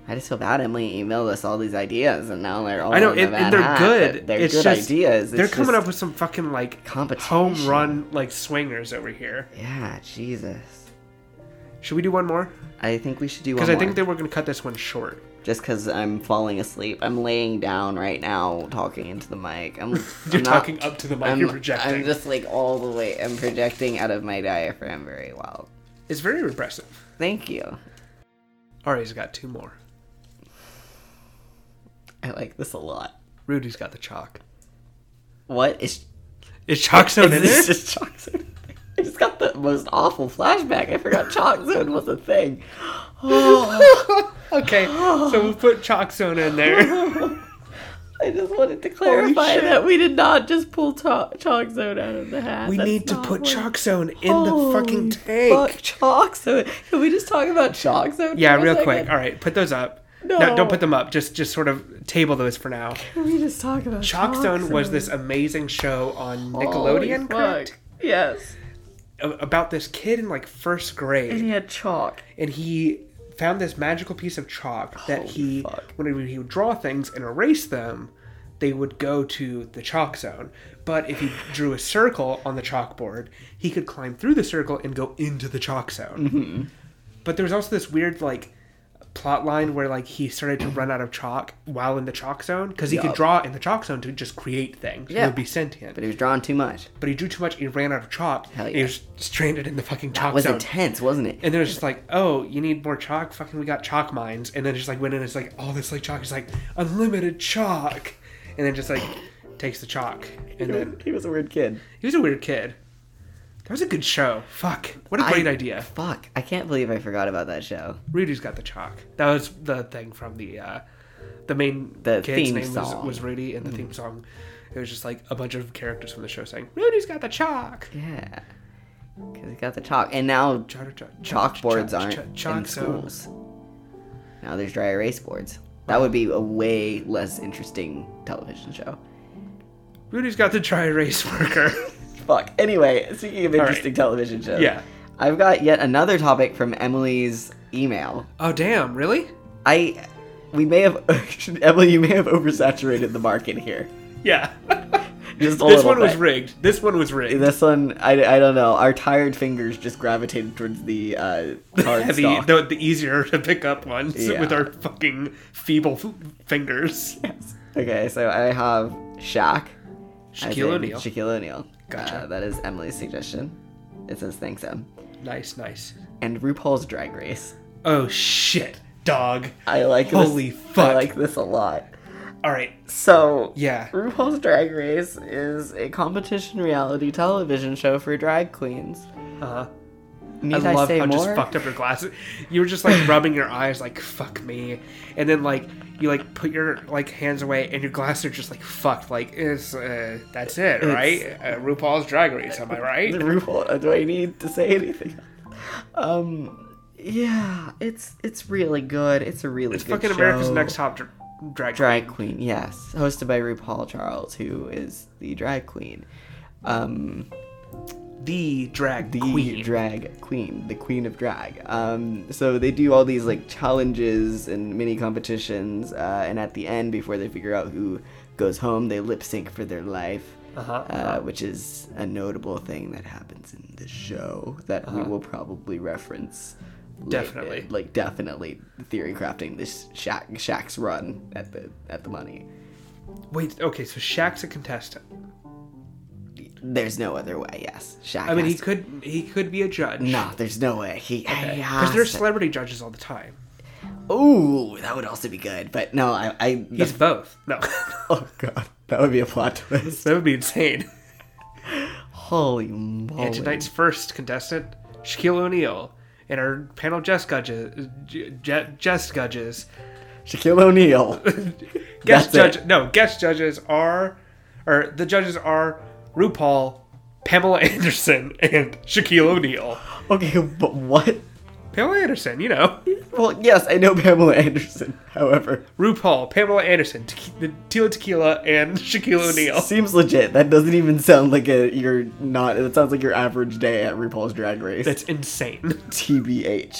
Speaker 1: I just feel bad Emily emailed us all these ideas, and now they're all.
Speaker 2: I know,
Speaker 1: in the
Speaker 2: and, and
Speaker 1: bad
Speaker 2: they're
Speaker 1: hat,
Speaker 2: good.
Speaker 1: Ah, but They're
Speaker 2: it's
Speaker 1: good
Speaker 2: just,
Speaker 1: ideas.
Speaker 2: they're coming up with some fucking like
Speaker 1: competition.
Speaker 2: home run like swingers over here.
Speaker 1: Yeah, Jesus.
Speaker 2: Should we do one more?
Speaker 1: I think we should do one
Speaker 2: Because
Speaker 1: more.
Speaker 2: I think that we're gonna cut this one short.
Speaker 1: Just because I'm falling asleep, I'm laying down right now, talking into the mic. I'm.
Speaker 2: (laughs) You're
Speaker 1: I'm not-
Speaker 2: talking up to the mic.
Speaker 1: I'm,
Speaker 2: you're projecting.
Speaker 1: I'm just like all the way. I'm projecting out of my diaphragm very well.
Speaker 2: It's very repressive.
Speaker 1: Thank you.
Speaker 2: Ari's got two more.
Speaker 1: I like this a lot.
Speaker 2: Rudy's got the chalk.
Speaker 1: What is
Speaker 2: Is chalk zone in there?
Speaker 1: It's just Chalk Zone. I just got the most awful flashback. I forgot Chalk Zone was a thing. Oh, (gasps)
Speaker 2: okay, so we'll put chalk zone in there.
Speaker 1: (laughs) I just wanted to clarify
Speaker 2: shit.
Speaker 1: that we did not just pull Chalk, chalk Zone out of the hat.
Speaker 2: we
Speaker 1: That's
Speaker 2: need to
Speaker 1: not
Speaker 2: put
Speaker 1: what-
Speaker 2: chalk zone in the
Speaker 1: Holy
Speaker 2: fucking tank.
Speaker 1: Fuck, Chalk Zone. Can we just talk about Chalk Zone?
Speaker 2: Yeah,
Speaker 1: for a
Speaker 2: real quick.
Speaker 1: second?
Speaker 2: All right, put those up.
Speaker 1: No.
Speaker 2: don't put them up. Just just sort of table those for now.
Speaker 1: Can we just talk about
Speaker 2: Chalk
Speaker 1: Chalk
Speaker 2: Zone was this amazing show on
Speaker 1: Holy
Speaker 2: Nickelodeon,
Speaker 1: fuck.
Speaker 2: correct?
Speaker 1: Yes.
Speaker 2: a- about this kid in like first grade
Speaker 1: And he had chalk.
Speaker 2: and he found this magical piece of chalk that
Speaker 1: Holy
Speaker 2: he
Speaker 1: fuck.
Speaker 2: whenever he would draw things and erase them they would go to the chalk zone but if he drew a circle on the chalkboard he could climb through the circle and go into the chalk zone
Speaker 1: Mm-hmm.
Speaker 2: but there was also this weird like plot line where like he started to run out of chalk while in the chalk zone because he could
Speaker 1: Yup.
Speaker 2: draw in the chalk zone to just create things it
Speaker 1: Yeah.
Speaker 2: would be sentient
Speaker 1: But he was drawing too much.
Speaker 2: but he drew too much and he ran out of chalk
Speaker 1: Hell
Speaker 2: and he
Speaker 1: yeah.
Speaker 2: was stranded in the fucking
Speaker 1: It
Speaker 2: chalk
Speaker 1: was
Speaker 2: zone
Speaker 1: intense, wasn't it?
Speaker 2: and then it's just like, oh, you need more chalk? Fucking, we got chalk mines. And then it just like went in. It's like all this like chalk. It's like unlimited chalk. And then just like takes the chalk. And then
Speaker 1: he was a weird kid.
Speaker 2: he was a weird kid. That was a good show. Fuck, what a great
Speaker 1: I-
Speaker 2: idea.
Speaker 1: Fuck, I can't believe I forgot about that show.
Speaker 2: Rudy's got the chalk. That was the thing from the uh, the main
Speaker 1: The
Speaker 2: kid's
Speaker 1: theme
Speaker 2: name
Speaker 1: song. Mm.
Speaker 2: Was, was Rudy, and the theme song. It was just like a bunch of characters from the show saying, "Rudy's got the chalk."
Speaker 1: Yeah, because he got the chalk, and now
Speaker 2: Chalk- chalk- chalk-
Speaker 1: chalkboards
Speaker 2: chalk-
Speaker 1: aren't
Speaker 2: chalk
Speaker 1: in
Speaker 2: zone.
Speaker 1: schools. Now there's dry erase boards. That would be a way less interesting television show.
Speaker 2: Rudy's got the dry erase marker.
Speaker 1: Fuck. Anyway, speaking of
Speaker 2: right.
Speaker 1: interesting television shows,
Speaker 2: Yeah.
Speaker 1: I've got yet another topic from Emily's email.
Speaker 2: (laughs) oh damn! Really?
Speaker 1: I, we may have (laughs) Emily, you may have oversaturated the market here.
Speaker 2: Yeah.
Speaker 1: (laughs) Just a
Speaker 2: this
Speaker 1: little
Speaker 2: one was
Speaker 1: bit.
Speaker 2: rigged. This one was rigged.
Speaker 1: This one, I, I don't know. Our tired fingers just gravitated towards the uh, (laughs) hard
Speaker 2: Heavy,
Speaker 1: stock.
Speaker 2: the, the easier to pick up ones
Speaker 1: Yeah.
Speaker 2: with our fucking feeble f- fingers.
Speaker 1: Okay, so I have Shaq. as in
Speaker 2: Shaquille O'Neal.
Speaker 1: Shaquille O'Neal.
Speaker 2: Gotcha.
Speaker 1: Uh, that is Emily's suggestion. It says thanks, Em.
Speaker 2: Nice, nice.
Speaker 1: And RuPaul's Drag Race.
Speaker 2: Oh shit, dog.
Speaker 1: I like
Speaker 2: Holy
Speaker 1: this. I
Speaker 2: fuck.
Speaker 1: like this a lot.
Speaker 2: All right.
Speaker 1: So
Speaker 2: Yeah.
Speaker 1: RuPaul's Drag Race is a competition reality television show for drag queens.
Speaker 2: Uh-huh. I
Speaker 1: Need I,
Speaker 2: love
Speaker 1: say
Speaker 2: how
Speaker 1: more?
Speaker 2: just fucked up your glasses. You were
Speaker 1: (laughs)
Speaker 2: just like rubbing your eyes, like fuck me, and then like you like put your like hands away, and your glasses are just like fucked. Like it's uh, that's it, right? Uh, RuPaul's Drag Race, am
Speaker 1: (laughs)
Speaker 2: I right?
Speaker 1: The (laughs) RuPaul. uh, Do I need to say anything? Um, yeah, it's it's really good. It's a really
Speaker 2: It's
Speaker 1: good
Speaker 2: fucking
Speaker 1: show.
Speaker 2: America's Next Top Dr- Drag
Speaker 1: drag queen. Yes, hosted by RuPaul Charles, who is the drag queen, um,
Speaker 2: the drag
Speaker 1: the
Speaker 2: queen.
Speaker 1: drag queen, the queen of drag. Um, so they do all these like challenges and mini competitions, uh, and at the end, before they figure out who goes home, they lip sync for their life.
Speaker 2: Uh-huh,
Speaker 1: Uh, which is a notable thing that happens in this show that we will probably reference. later.
Speaker 2: Uh-huh. Definitely.
Speaker 1: like definitely theory crafting this Shaq, Shaq's run at the at the money.
Speaker 2: Wait, okay, so Shaq's a contestant.
Speaker 1: There's no other way. Yes, Shaq.
Speaker 2: I mean,
Speaker 1: has
Speaker 2: he could he could be a judge.
Speaker 1: To... No, there's no way. He.
Speaker 2: because there's celebrity judges all the time.
Speaker 1: Ooh, that would also be good. But no, I. I
Speaker 2: He's both. No,
Speaker 1: (laughs) Oh god, that would be a plot twist.
Speaker 2: that would be insane.
Speaker 1: Holy moly!
Speaker 2: And tonight's first contestant, Shaquille O'Neal, and our panel guest judges, ju- ju- guest judges,
Speaker 1: Shaquille O'Neal.
Speaker 2: (laughs)
Speaker 1: That's
Speaker 2: guest judge.
Speaker 1: it.
Speaker 2: No, guest judges are, or the judges are RuPaul, Pamela (laughs) Anderson, and Shaquille O'Neal.
Speaker 1: okay, but what?
Speaker 2: Pamela Anderson, you know.
Speaker 1: Well, yes, I know Pamela Anderson. However,
Speaker 2: RuPaul, Pamela Anderson, Te- the Tila Tequila, and (laughs) Shaquille O'Neal.
Speaker 1: seems legit. That doesn't even sound like a you're not. It sounds like your average day at RuPaul's Drag Race.
Speaker 2: That's insane.
Speaker 1: TBH.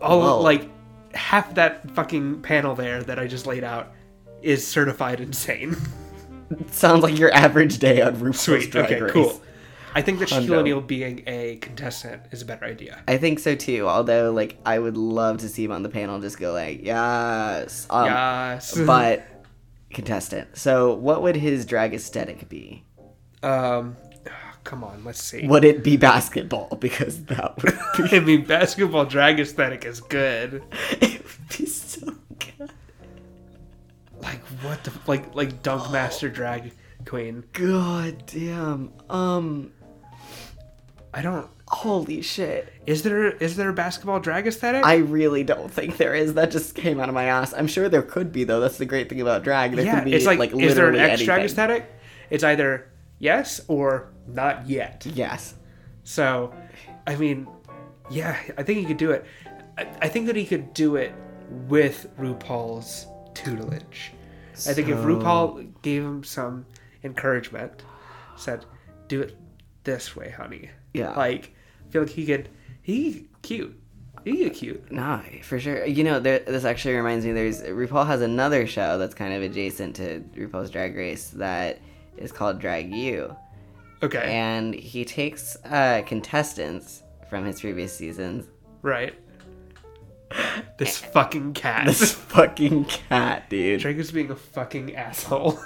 Speaker 2: All
Speaker 1: Whoa.
Speaker 2: like half that fucking panel there that I just laid out is certified insane. (laughs)
Speaker 1: Sounds like your average day on RuPaul's
Speaker 2: Sweet.
Speaker 1: Drag
Speaker 2: okay.
Speaker 1: Race.
Speaker 2: Cool. I think that
Speaker 1: Hundo.
Speaker 2: Shaquille O'Neal being a contestant is a better idea.
Speaker 1: I think so too. Although, like, I would love to see him on the panel. Just go like, yes, um,
Speaker 2: yes.
Speaker 1: but contestant. So, what would his drag aesthetic be?
Speaker 2: um, ah, come on. Let's see.
Speaker 1: Would it be basketball? (laughs) Because that would be,
Speaker 2: (laughs) I mean, basketball drag aesthetic is good.
Speaker 1: it would be (laughs) so good.
Speaker 2: Like what the like like
Speaker 1: Oh.
Speaker 2: dunk master drag queen.
Speaker 1: God damn. Um.
Speaker 2: I don't.
Speaker 1: Holy shit.
Speaker 2: Is there is there a basketball drag aesthetic?
Speaker 1: I really don't think there is. That just came out of my ass. I'm sure there could be though. That's the great thing about drag. There
Speaker 2: yeah,
Speaker 1: could be
Speaker 2: it's like, is there an
Speaker 1: literally
Speaker 2: X drag
Speaker 1: anything.
Speaker 2: aesthetic? It's either yes or not yet.
Speaker 1: Yes.
Speaker 2: So, I mean, yeah, I think he could do it. I, I think that he could do it with RuPaul's tutelage. I think if
Speaker 1: So-
Speaker 2: RuPaul gave him some encouragement, said, "Do it this way, honey.
Speaker 1: Yeah.
Speaker 2: Like, I feel like he could. He cute. He get cute.
Speaker 1: Nah, for sure. You know, there, this actually reminds me. There's RuPaul has another show that's kind of adjacent to RuPaul's Drag Race that is called Drag You,
Speaker 2: Okay.
Speaker 1: and he takes uh, contestants from his previous seasons.
Speaker 2: Right. (laughs) This fucking
Speaker 1: (laughs)
Speaker 2: cat.
Speaker 1: This fucking cat, dude.
Speaker 2: (laughs) Drake is being a fucking asshole.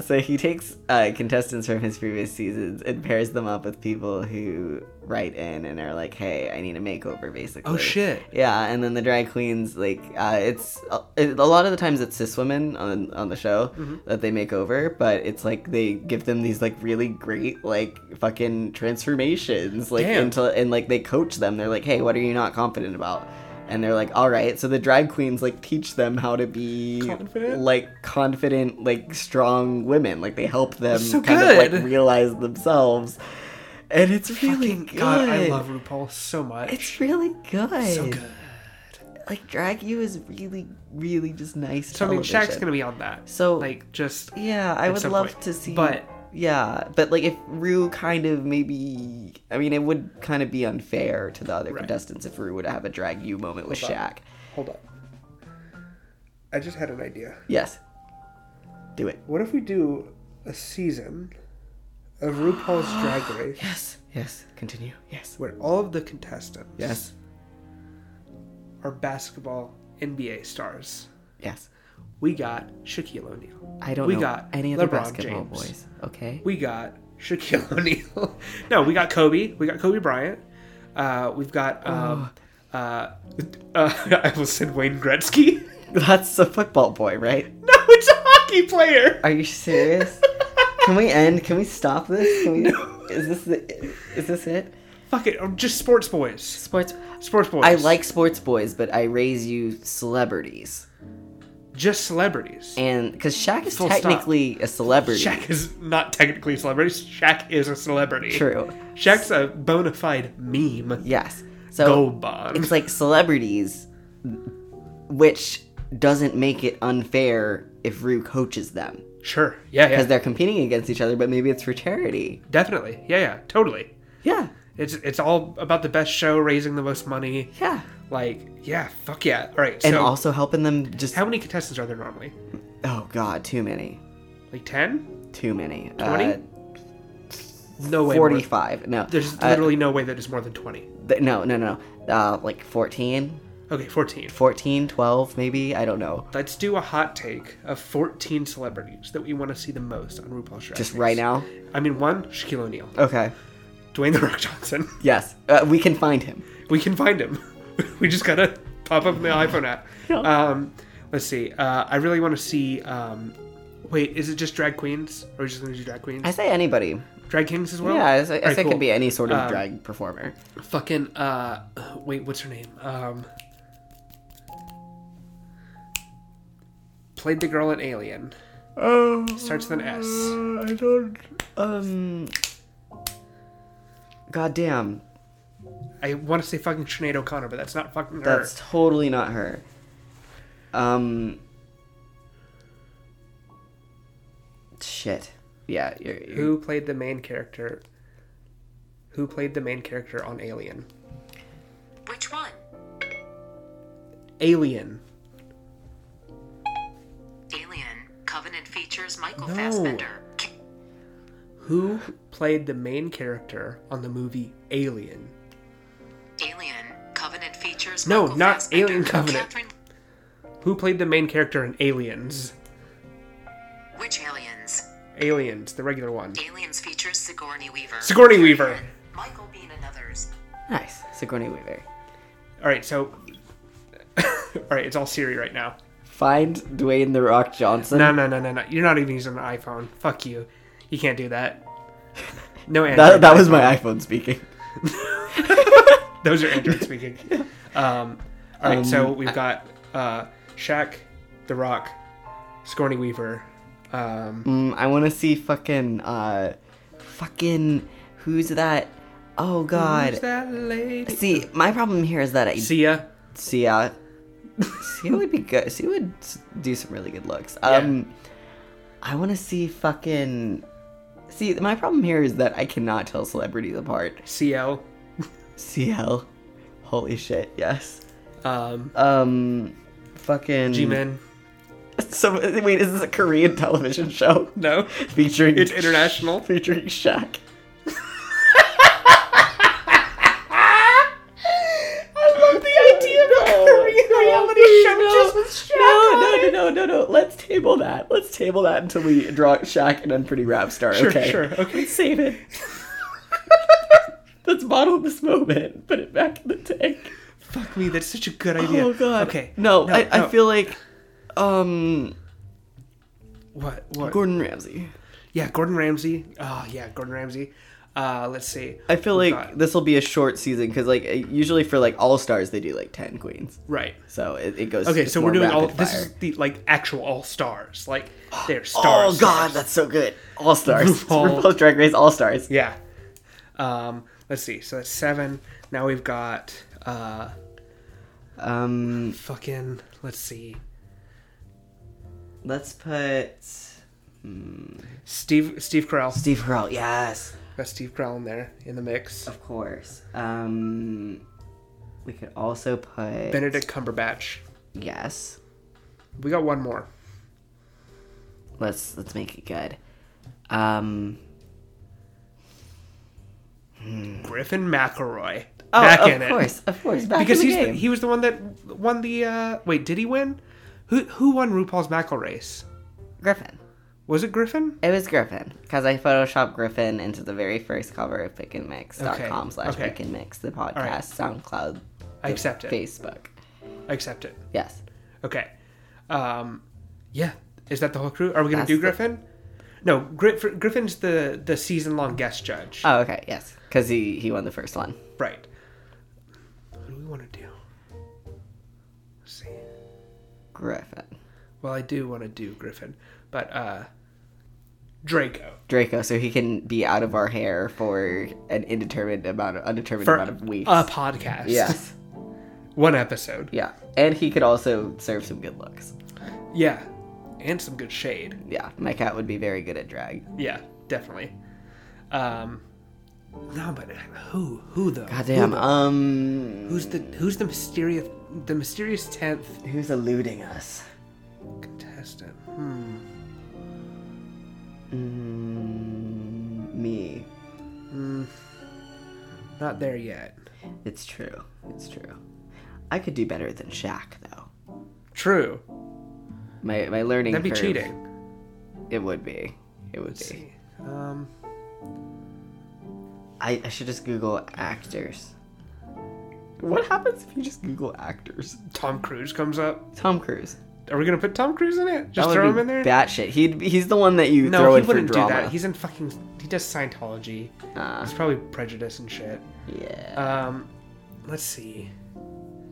Speaker 1: So he takes uh, contestants from his previous seasons and pairs them up with people who write in and are like, "Hey, I need a makeover," basically.
Speaker 2: shit.
Speaker 1: Yeah, and then the drag queens like uh, it's uh, it- a lot of the times it's cis women on on the show
Speaker 2: Mm-hmm.
Speaker 1: that they make over, but it's like they give them these like really great like fucking transformations like
Speaker 2: Damn.
Speaker 1: into and like they coach them. They're like, "Hey, what are you not confident about?" And they're like, "All right." So the drag queens like teach them how to be
Speaker 2: Confident?
Speaker 1: like confident, like strong women. Like they help them
Speaker 2: so
Speaker 1: kind of
Speaker 2: good.
Speaker 1: like realize themselves. And it's really good.
Speaker 2: God, I love RuPaul so much.
Speaker 1: It's really good.
Speaker 2: so good.
Speaker 1: Like drag you is really, really just nice.
Speaker 2: So I mean,
Speaker 1: television.
Speaker 2: Shaq's gonna be on that.
Speaker 1: So-
Speaker 2: like, just
Speaker 1: Yeah, I
Speaker 2: at
Speaker 1: would
Speaker 2: some
Speaker 1: love
Speaker 2: point.
Speaker 1: to see.
Speaker 2: But-
Speaker 1: yeah, but like if Rue kind of maybe, I mean, it would kind of be unfair to the other contestants if Rue would have a drag you moment with
Speaker 2: Hold on.
Speaker 1: Shaq.
Speaker 2: hold up. I just had an idea.
Speaker 1: Yes, do it.
Speaker 2: What if we do a season of
Speaker 1: (gasps)
Speaker 2: RuPaul's Drag Race
Speaker 1: Yes, yes. Continue. Yes,
Speaker 2: where all of the contestants
Speaker 1: yes,
Speaker 2: are basketball NBA stars?
Speaker 1: yes.
Speaker 2: We got Shaquille O'Neal.
Speaker 1: I don't
Speaker 2: We
Speaker 1: know
Speaker 2: got
Speaker 1: any other
Speaker 2: LeBron
Speaker 1: basketball
Speaker 2: James.
Speaker 1: boys. Okay.
Speaker 2: We got Shaquille (laughs) O'Neal. no, we got Kobe. We got Kobe Bryant. Uh, we've got.
Speaker 1: Oh.
Speaker 2: Um, uh, (laughs) uh, I almost said Wayne Gretzky.
Speaker 1: (laughs)
Speaker 2: (laughs)
Speaker 1: That's a football boy, right?
Speaker 2: no, it's a hockey player.
Speaker 1: Are you
Speaker 2: (laughs)
Speaker 1: serious? Can we end? Can we stop this? Can we, Is this the, is this it?
Speaker 2: Fuck it. or Just sports boys.
Speaker 1: Sports.
Speaker 2: Sports boys.
Speaker 1: I like sports boys, but I raise you celebrities,
Speaker 2: just celebrities.
Speaker 1: and because Shaq is
Speaker 2: Full stop.
Speaker 1: technically a celebrity.
Speaker 2: Shaq is not technically a celebrity. Shaq is a celebrity.
Speaker 1: True.
Speaker 2: Shaq's a bona fide meme.
Speaker 1: Yes. So
Speaker 2: Gold bond.
Speaker 1: it's like celebrities, which doesn't make it unfair if Rue coaches them
Speaker 2: sure. Yeah, yeah.
Speaker 1: because they're competing against each other, but maybe it's for charity.
Speaker 2: Definitely. Yeah, yeah. Totally.
Speaker 1: Yeah.
Speaker 2: It's it's all about the best show, raising the most money.
Speaker 1: Yeah.
Speaker 2: Like, yeah, fuck yeah. All right.
Speaker 1: And
Speaker 2: so,
Speaker 1: also helping them just
Speaker 2: how many contestants are there normally?
Speaker 1: oh god, too many.
Speaker 2: Like ten?
Speaker 1: Too many.
Speaker 2: 20?
Speaker 1: Uh,
Speaker 2: No way. Oh, more.
Speaker 1: 45. No.
Speaker 2: There's
Speaker 1: Uh,
Speaker 2: literally no way that it's more than twenty.
Speaker 1: th- no, no, no. Uh, like 14,
Speaker 2: Okay, fourteen.
Speaker 1: 14, 12, maybe. I don't know.
Speaker 2: Let's do a hot take of fourteen celebrities that we want to see the most on RuPaul's Drag
Speaker 1: Just
Speaker 2: Race.
Speaker 1: right now.
Speaker 2: I mean, one Shaquille O'Neal,
Speaker 1: Okay.
Speaker 2: Dwayne the Rock Johnson. (laughs)
Speaker 1: Yes. Uh, we can find him.
Speaker 2: we can find him. (laughs) we just gotta pop up the iPhone app.
Speaker 1: Yeah.
Speaker 2: Um, let's see. Uh, I really want to see. Um, wait, is it just drag queens? Or are we just gonna do drag queens?
Speaker 1: I say anybody.
Speaker 2: drag kings as well?
Speaker 1: yeah, I say, I
Speaker 2: Alright,
Speaker 1: say it
Speaker 2: cool.
Speaker 1: could be any sort of
Speaker 2: Um,
Speaker 1: drag performer.
Speaker 2: Fucking. Uh, wait, what's her name? Um, played the girl in Alien.
Speaker 1: Oh.
Speaker 2: Starts with an S.
Speaker 1: I don't. Um. Goddamn.
Speaker 2: I want to say fucking Sinead O'Connor, but that's not fucking her.
Speaker 1: That's totally not her. Um. Shit. Yeah. You're, you're,
Speaker 2: Who played the main character? Who played the main character on Alien?
Speaker 3: Which one?
Speaker 2: Alien.
Speaker 3: Alien. Covenant features Michael
Speaker 2: No.
Speaker 3: Fassbender. K-
Speaker 2: Who played the main character on the movie Alien?
Speaker 3: Alien. Covenant features
Speaker 2: No,
Speaker 3: Michael
Speaker 2: not
Speaker 3: Fassbender.
Speaker 2: Alien Covenant.
Speaker 3: Catherine-
Speaker 2: Who played the main character in Aliens?
Speaker 3: Which aliens?
Speaker 2: Aliens, the regular one.
Speaker 3: Aliens features Sigourney Weaver.
Speaker 2: Sigourney Weaver.
Speaker 3: Michael Bean and others.
Speaker 1: nice. Sigourney Weaver.
Speaker 2: All right, so (laughs) all right, it's all Siri right now.
Speaker 1: Find Dwayne the Rock Johnson.
Speaker 2: No, no, no, no, no. You're not even using an iPhone. Fuck you. You can't do that. No
Speaker 1: (laughs)
Speaker 2: Android.
Speaker 1: that, that was my iPhone speaking.
Speaker 2: (laughs) Those are Android speaking. Um, all right, so we've got uh, Shaq, The Rock, Sigourney Weaver. Um,
Speaker 1: Mm, I want to see fucking uh, fucking who's that? Oh God.
Speaker 2: who's that lady?
Speaker 1: See, my problem here is that I
Speaker 2: Sia. (laughs)
Speaker 1: Sia. Sia would be good. Sia would Um, s- do some really good looks.
Speaker 2: Yeah.
Speaker 1: Um, I want to see fucking See, my problem here is that I cannot tell celebrities apart.
Speaker 2: CL.
Speaker 1: CL. Holy shit, yes.
Speaker 2: Um,
Speaker 1: Um, fucking. (laughs)
Speaker 2: G Men.
Speaker 1: So, wait, is this a Korean television show? (laughs)
Speaker 2: No.
Speaker 1: Featuring.
Speaker 2: It's international.
Speaker 1: Featuring Shaq. (laughs) I love the idea of a Korean reality show just with Shaq. No, no, no, no, no, no. Let's table that. Let's table that until we draw Shaq an unpretty rap star.
Speaker 2: Sure,
Speaker 1: okay.
Speaker 2: sure, okay.
Speaker 1: Let's save (laughs) it. Let's bottle this moment. Put it back in the tank.
Speaker 2: Fuck me, that's such a good idea.
Speaker 1: Oh god.
Speaker 2: Okay.
Speaker 1: No, I, I
Speaker 2: no.
Speaker 1: feel like um
Speaker 2: What? What?
Speaker 1: Gordon Ramsay.
Speaker 2: yeah, Gordon Ramsay. Oh yeah, Gordon Ramsay. Uh, let's see.
Speaker 1: I feel
Speaker 2: We've
Speaker 1: like
Speaker 2: got-
Speaker 1: this will be a short season because, like, usually for like All Stars, they do like ten queens,
Speaker 2: right.
Speaker 1: so it, it goes.
Speaker 2: Okay,
Speaker 1: it's
Speaker 2: so
Speaker 1: more
Speaker 2: we're doing
Speaker 1: rapid
Speaker 2: all. This
Speaker 1: fire.
Speaker 2: is the like actual all stars. Like
Speaker 1: (gasps)
Speaker 2: they're
Speaker 1: Oh
Speaker 2: stars.
Speaker 1: god,
Speaker 2: stars.
Speaker 1: that's so good. All Stars. (laughs)
Speaker 2: RuPaul.
Speaker 1: RuPaul's Drag Race All Stars.
Speaker 2: yeah. Um, let's see. So that's seven. Now we've got uh,
Speaker 1: Um,
Speaker 2: fucking. Let's see.
Speaker 1: let's put
Speaker 2: Steve Steve Carell.
Speaker 1: Steve Carell. Yes,
Speaker 2: Got Steve Carell in there in the mix.
Speaker 1: of course. Um, we could also put
Speaker 2: Benedict Cumberbatch.
Speaker 1: Yes.
Speaker 2: We got one more.
Speaker 1: Let's let's make it good. Um,
Speaker 2: Griffin McElroy.
Speaker 1: oh,
Speaker 2: back
Speaker 1: of
Speaker 2: in it.
Speaker 1: course, of course, back
Speaker 2: because
Speaker 1: in the
Speaker 2: he's the,
Speaker 1: game.
Speaker 2: he was the one that won the uh wait did he win who who won rupaul's Mackel race
Speaker 1: Griffin.
Speaker 2: was it griffin
Speaker 1: It was Griffin because I photoshopped Griffin into the very first cover of pickandmix.com
Speaker 2: Okay,
Speaker 1: slash
Speaker 2: okay.
Speaker 1: pickandmix, the podcast, SoundCloud,
Speaker 2: i accept it
Speaker 1: Facebook.
Speaker 2: i accept it
Speaker 1: Yes.
Speaker 2: okay um yeah is that the whole crew are we gonna
Speaker 1: That's
Speaker 2: do
Speaker 1: the-
Speaker 2: griffin no Gri- griffin's the the season long guest judge
Speaker 1: Oh, okay. Yes, because he he won the first one.
Speaker 2: right what do we want to do let's see
Speaker 1: Griffin.
Speaker 2: well i do want to do griffin but uh draco
Speaker 1: Draco, so he can be out of our hair for an indeterminate amount of undetermined
Speaker 2: for
Speaker 1: amount of weeks.
Speaker 2: a podcast
Speaker 1: Yes.
Speaker 2: (laughs) one episode
Speaker 1: Yeah. And he could also serve some good looks.
Speaker 2: yeah and some good shade
Speaker 1: Yeah. My cat would be very good at drag.
Speaker 2: Yeah, definitely. Um, no, but who? Who though?
Speaker 1: Goddamn. Um
Speaker 2: Who's the Who's the mysterious the mysterious tenth
Speaker 1: who's eluding us?
Speaker 2: contestant? Hmm.
Speaker 1: Mm, me.
Speaker 2: Not there yet.
Speaker 1: It's true. It's true. I could do better than Shaq, though.
Speaker 2: True.
Speaker 1: My my learning
Speaker 2: That'd be
Speaker 1: curve-
Speaker 2: cheating.
Speaker 1: It would be. It would
Speaker 2: Let's
Speaker 1: be.
Speaker 2: see. Um,
Speaker 1: I, I should just Google actors. What happens if you just Google actors?
Speaker 2: Tom Cruise comes up.
Speaker 1: Tom Cruise.
Speaker 2: Are we gonna put Tom Cruise in it? Just
Speaker 1: would
Speaker 2: throw him
Speaker 1: be
Speaker 2: in there?
Speaker 1: Batshit. He'd be- he's the one that you
Speaker 2: no,
Speaker 1: throw
Speaker 2: he
Speaker 1: in for
Speaker 2: wouldn't do
Speaker 1: drama.
Speaker 2: that. He's in fucking. He does Scientology.
Speaker 1: Ah,
Speaker 2: It's probably prejudice and shit.
Speaker 1: yeah.
Speaker 2: Um, let's see.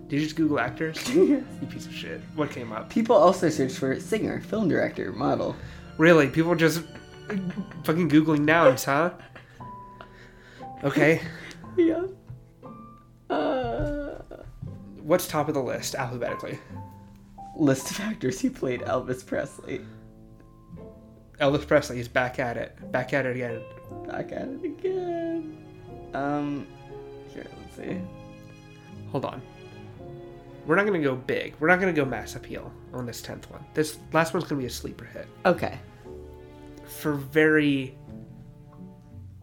Speaker 2: Did you just Google actors?
Speaker 1: (laughs)
Speaker 2: you piece of shit. What came up?
Speaker 1: Uh, People also search for singer, film director, model.
Speaker 2: Really, people just fucking googling nouns, huh? Okay,
Speaker 1: Yeah. Uh,
Speaker 2: what's top of the list alphabetically?
Speaker 1: list of actors who played Elvis Presley.
Speaker 2: Elvis Presley is back at it, back at it again.
Speaker 1: Back at it again. Um, here, let's see.
Speaker 2: Hold on, we're not gonna go big. We're not gonna go mass appeal on this tenth one. This last one's gonna be a sleeper hit
Speaker 1: Okay.
Speaker 2: for very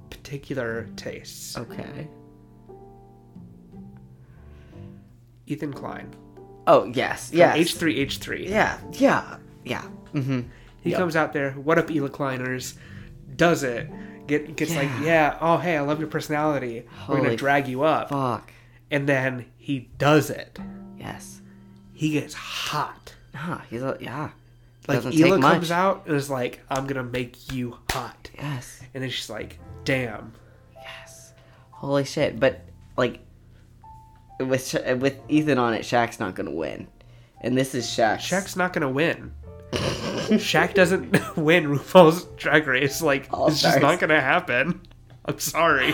Speaker 2: particular tastes.
Speaker 1: Okay.
Speaker 2: Ethan Klein,
Speaker 1: Oh yes, yes.
Speaker 2: H three H three.
Speaker 1: Yeah, yeah, yeah. Mm-hmm.
Speaker 2: He
Speaker 1: Yep.
Speaker 2: comes out there. What up, Ela Kleiners? Does it? Get, gets like, yeah, oh, hey, I love your personality. We're
Speaker 1: Holy
Speaker 2: going to drag you up.
Speaker 1: Fuck.
Speaker 2: and then he does it.
Speaker 1: Yes.
Speaker 2: He gets hot.
Speaker 1: Nah, he's a, yeah.
Speaker 2: Like
Speaker 1: Doesn't
Speaker 2: Ela
Speaker 1: take much.
Speaker 2: comes out and is like, "I'm gonna make you hot,"
Speaker 1: Yes.
Speaker 2: and then she's like, "Damn."
Speaker 1: Yes. Holy shit! But like, with Sha- with Ethan on it, Shaq's not gonna win, and this is Shaq.
Speaker 2: Shaq's not gonna win. Shaq doesn't (laughs) win RuPaul's Drag Race. Like
Speaker 1: All
Speaker 2: it's just
Speaker 1: stars.
Speaker 2: not gonna happen. I'm sorry.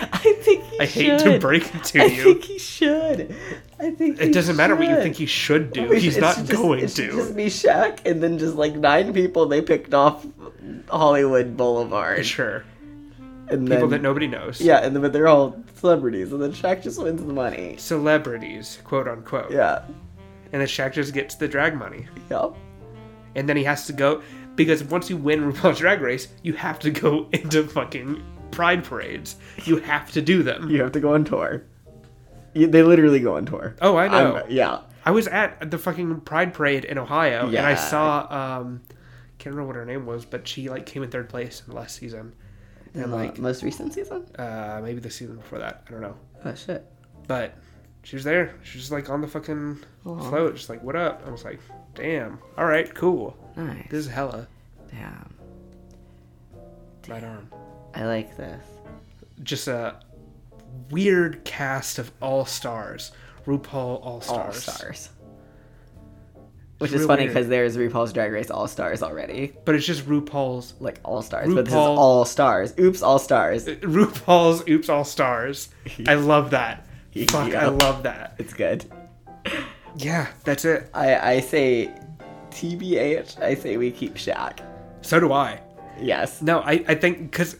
Speaker 1: (laughs) (laughs) I think he
Speaker 2: I hate to
Speaker 1: should.
Speaker 2: break it to
Speaker 1: I
Speaker 2: you.
Speaker 1: think he should. I think
Speaker 2: it
Speaker 1: he
Speaker 2: doesn't matter what you
Speaker 1: should.
Speaker 2: think he should do.
Speaker 1: We
Speaker 2: He's
Speaker 1: should-
Speaker 2: not
Speaker 1: it should just-
Speaker 2: going
Speaker 1: it should
Speaker 2: to.
Speaker 1: Just be Shaq, and then just like nine people they picked off Hollywood Boulevard.
Speaker 2: Sure.
Speaker 1: and
Speaker 2: people
Speaker 1: then
Speaker 2: that nobody knows.
Speaker 1: yeah, and then but they're all celebrities, and then Shaq just wins the money.
Speaker 2: Celebrities, quote unquote.
Speaker 1: Yeah,
Speaker 2: And then Shaq just gets the drag money.
Speaker 1: yep.
Speaker 2: And then he has to go because once you win (laughs) RuPaul's Drag Race, you have to go (laughs) into fucking pride parades. You have to do them.
Speaker 1: You have to go on tour. You, they literally go on tour.
Speaker 2: Oh, I know.
Speaker 1: I'm- uh, yeah,
Speaker 2: I was at the fucking Pride Parade in Ohio, and I
Speaker 1: Yeah.
Speaker 2: saw um, can't remember what her name was, but she like came in third place in the last season, and like
Speaker 1: Uh, most recent season.
Speaker 2: uh, maybe the season before that, I don't know.
Speaker 1: Oh shit.
Speaker 2: But she was there. She was just like on the fucking float, just like what up. I was like, damn. All right, cool.
Speaker 1: Nice.
Speaker 2: This is hella
Speaker 1: Damn.
Speaker 2: right on.
Speaker 1: I like this.
Speaker 2: Just a weird cast of all stars. RuPaul all
Speaker 1: All
Speaker 2: stars.
Speaker 1: stars. Which
Speaker 2: It's
Speaker 1: is
Speaker 2: real
Speaker 1: funny
Speaker 2: weird.
Speaker 1: because there's RuPaul's Drag Race All Stars already,
Speaker 2: But it's just RuPaul's (laughs)
Speaker 1: like All Stars, but this is
Speaker 2: RuPaul-
Speaker 1: All Stars. Oops, All Stars.
Speaker 2: RuPaul's Oops All Stars.
Speaker 1: (laughs)
Speaker 2: I love that. Fuck, I
Speaker 1: Yeah.
Speaker 2: love that.
Speaker 1: It's good.
Speaker 2: Yeah, that's it.
Speaker 1: I I say, TBH. I say we keep Shaq.
Speaker 2: So do I.
Speaker 1: Yes.
Speaker 2: No, I, I think because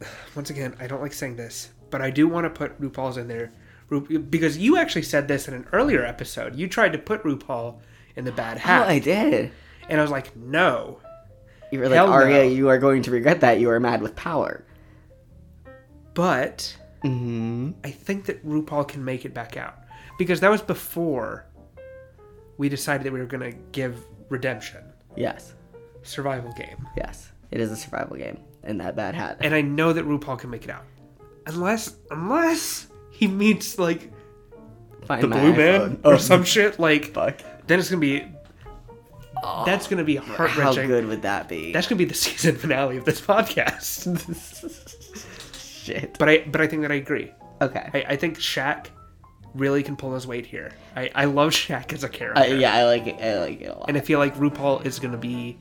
Speaker 2: (sighs) once again, I don't like saying this, but I do want to put RuPaul's in there Ru- because you actually said this in an earlier episode. You tried to put RuPaul in the bad
Speaker 1: Oh,
Speaker 2: hat,
Speaker 1: I did.
Speaker 2: and I was like, no.
Speaker 1: You were like,
Speaker 2: Hell
Speaker 1: Arya,
Speaker 2: no.
Speaker 1: you are going to regret that. You are mad with power.
Speaker 2: But
Speaker 1: Mm-hmm.
Speaker 2: I think that RuPaul can make it back out because that was before we decided that we were gonna give redemption
Speaker 1: Yes.
Speaker 2: survival game,
Speaker 1: Yes. It is a survival game in that bad hat.
Speaker 2: and I know that RuPaul can make it out, unless unless he meets like
Speaker 1: Find
Speaker 2: the
Speaker 1: my
Speaker 2: blue
Speaker 1: iPhone.
Speaker 2: man
Speaker 1: (laughs)
Speaker 2: or
Speaker 1: Oh,
Speaker 2: some shit like.
Speaker 1: fuck.
Speaker 2: Then it's gonna be. that's gonna be heart
Speaker 1: How
Speaker 2: wrenching.
Speaker 1: good would that be?
Speaker 2: That's gonna be the (laughs) season finale of this podcast.
Speaker 1: (laughs)
Speaker 2: (laughs)
Speaker 1: Shit.
Speaker 2: But I, but I think that I agree.
Speaker 1: Okay.
Speaker 2: I, I think Shaq really can pull his weight here. I, I love Shaq as a character,
Speaker 1: Uh, yeah, I like it. I like it a lot.
Speaker 2: and I feel like RuPaul is gonna be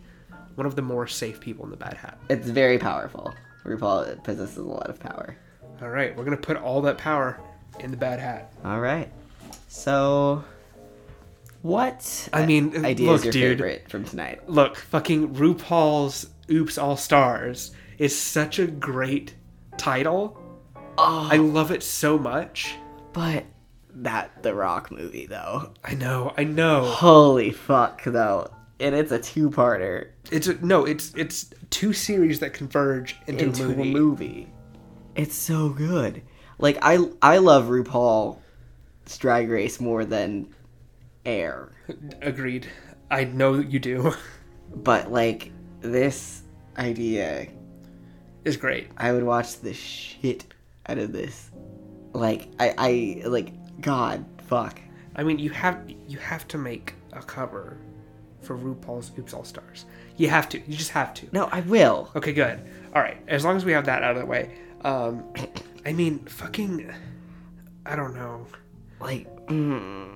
Speaker 2: one of the more safe people in the Bad Hat.
Speaker 1: It's very powerful. RuPaul possesses a lot of power.
Speaker 2: All right, we're gonna put all that power in the Bad Hat.
Speaker 1: All right. So, what?
Speaker 2: I mean,
Speaker 1: i- idea
Speaker 2: look,
Speaker 1: is your
Speaker 2: dude.
Speaker 1: favorite from tonight?
Speaker 2: Look, fucking RuPaul's Oops All Stars is such a great title.
Speaker 1: Oh,
Speaker 2: I love it so much.
Speaker 1: but that The Rock movie though.
Speaker 2: I know, I know.
Speaker 1: Holy fuck though, and it's a two-parter
Speaker 2: It's a, no, it's it's two series that converge into,
Speaker 1: into
Speaker 2: a movie.
Speaker 1: a movie. It's so good. Like I, I love RuPaul's Drag Race more than Air.
Speaker 2: Agreed. I know that you do. (laughs)
Speaker 1: but like this idea
Speaker 2: It's great.
Speaker 1: i would watch the shit out of this like i i like god fuck
Speaker 2: I mean, you have you have to make a cover for RuPaul's Oops All Stars. You have to. You just have to.
Speaker 1: no i will
Speaker 2: Okay, good. All right. As long as we have that out of the way. Um, (coughs) I mean, fucking. I don't know.
Speaker 1: like mm,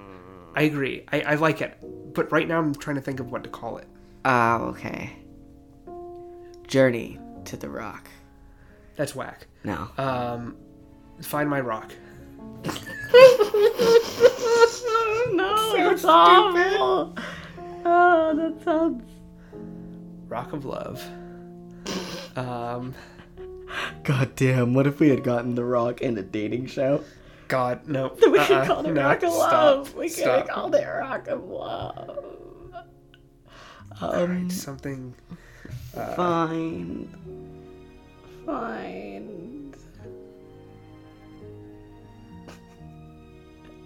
Speaker 2: I agree. I, I like it, but right now I'm trying to think of what to call it.
Speaker 1: ah okay journey to the rock
Speaker 2: That's whack.
Speaker 1: (laughs) no
Speaker 2: Um, find my rock.
Speaker 1: no
Speaker 2: that's
Speaker 1: awful oh that sounds
Speaker 2: Rock of Love. Um,
Speaker 1: god damn what if we had gotten the rock in a dating show
Speaker 2: God, no.
Speaker 1: Then (laughs) we
Speaker 2: uh-uh,
Speaker 1: could call it
Speaker 2: no,
Speaker 1: Rock of
Speaker 2: stop,
Speaker 1: Love. We could
Speaker 2: stop.
Speaker 1: called it Rock of Love.
Speaker 2: All
Speaker 1: Um,
Speaker 2: right, something.
Speaker 1: Find. Find.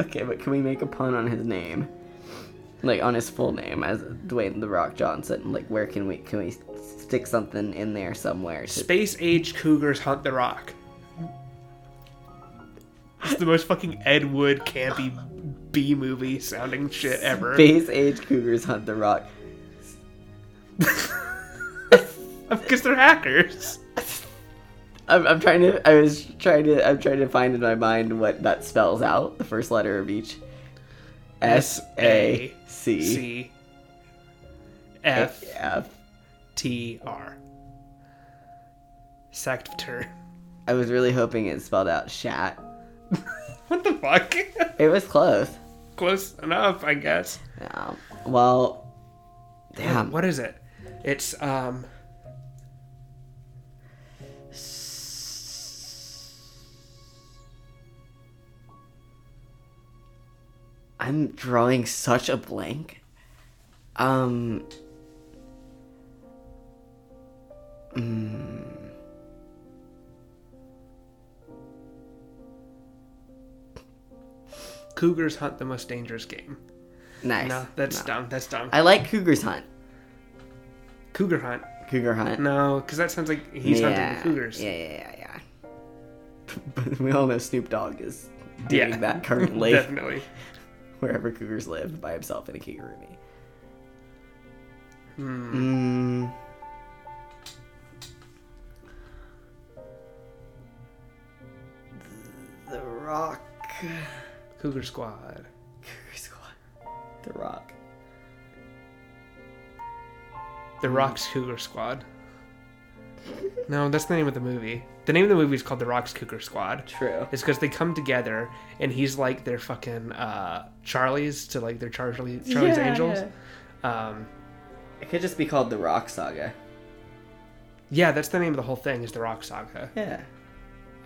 Speaker 1: Okay, but can we make a pun on his name? Like on his full name as Dwayne the Rock Johnson. Like where can we can we stick something in there somewhere? to-
Speaker 2: Space age cougars hunt the rock. It's the most fucking Ed Wood campy B movie sounding shit ever. (laughs)
Speaker 1: Space age cougars hunt the rock.
Speaker 2: Because they're hackers.
Speaker 1: I'm, I'm trying to. I was trying to. I'm trying to find in my mind what that spells out. The first letter of each. S A C
Speaker 2: C F
Speaker 1: F.
Speaker 2: T R. Sector.
Speaker 1: I was really hoping it spelled out shat.
Speaker 2: What the fuck? (laughs)
Speaker 1: It was close.
Speaker 2: Close enough, I guess.
Speaker 1: Yeah. Well, damn.
Speaker 2: What um, is it? It's um
Speaker 1: I'm drawing such a blank. Um. mm.
Speaker 2: Cougars hunt the most dangerous game.
Speaker 1: nice.
Speaker 2: No, that's dumb. That's dumb.
Speaker 1: I like Cougar's Hunt.
Speaker 2: Cougar hunt.
Speaker 1: Cougar Hunt.
Speaker 2: No, because that sounds like he's hunting the cougars.
Speaker 1: Yeah, yeah, yeah, (laughs) yeah. But we all know Snoop Dogg is doing
Speaker 2: Yeah. (laughs)
Speaker 1: that currently
Speaker 2: Definitely.
Speaker 1: wherever cougars live by himself in a kangaroo.
Speaker 2: Hmm.
Speaker 1: Mm. The Rock.
Speaker 2: Cougar squad.
Speaker 1: Cougar Squad. The Rock.
Speaker 2: The Rock's Cougar Squad. No, that's the name of the movie. The name of the movie is called The Rock's Cougar Squad.
Speaker 1: True.
Speaker 2: It's because they come together and he's like their fucking uh, Charlie's to like their Charlie Charlie's
Speaker 1: Yeah.
Speaker 2: Angels. Um,
Speaker 1: It could just be called the Rock Saga.
Speaker 2: yeah, that's the name of the whole thing is The Rock Saga.
Speaker 1: Yeah.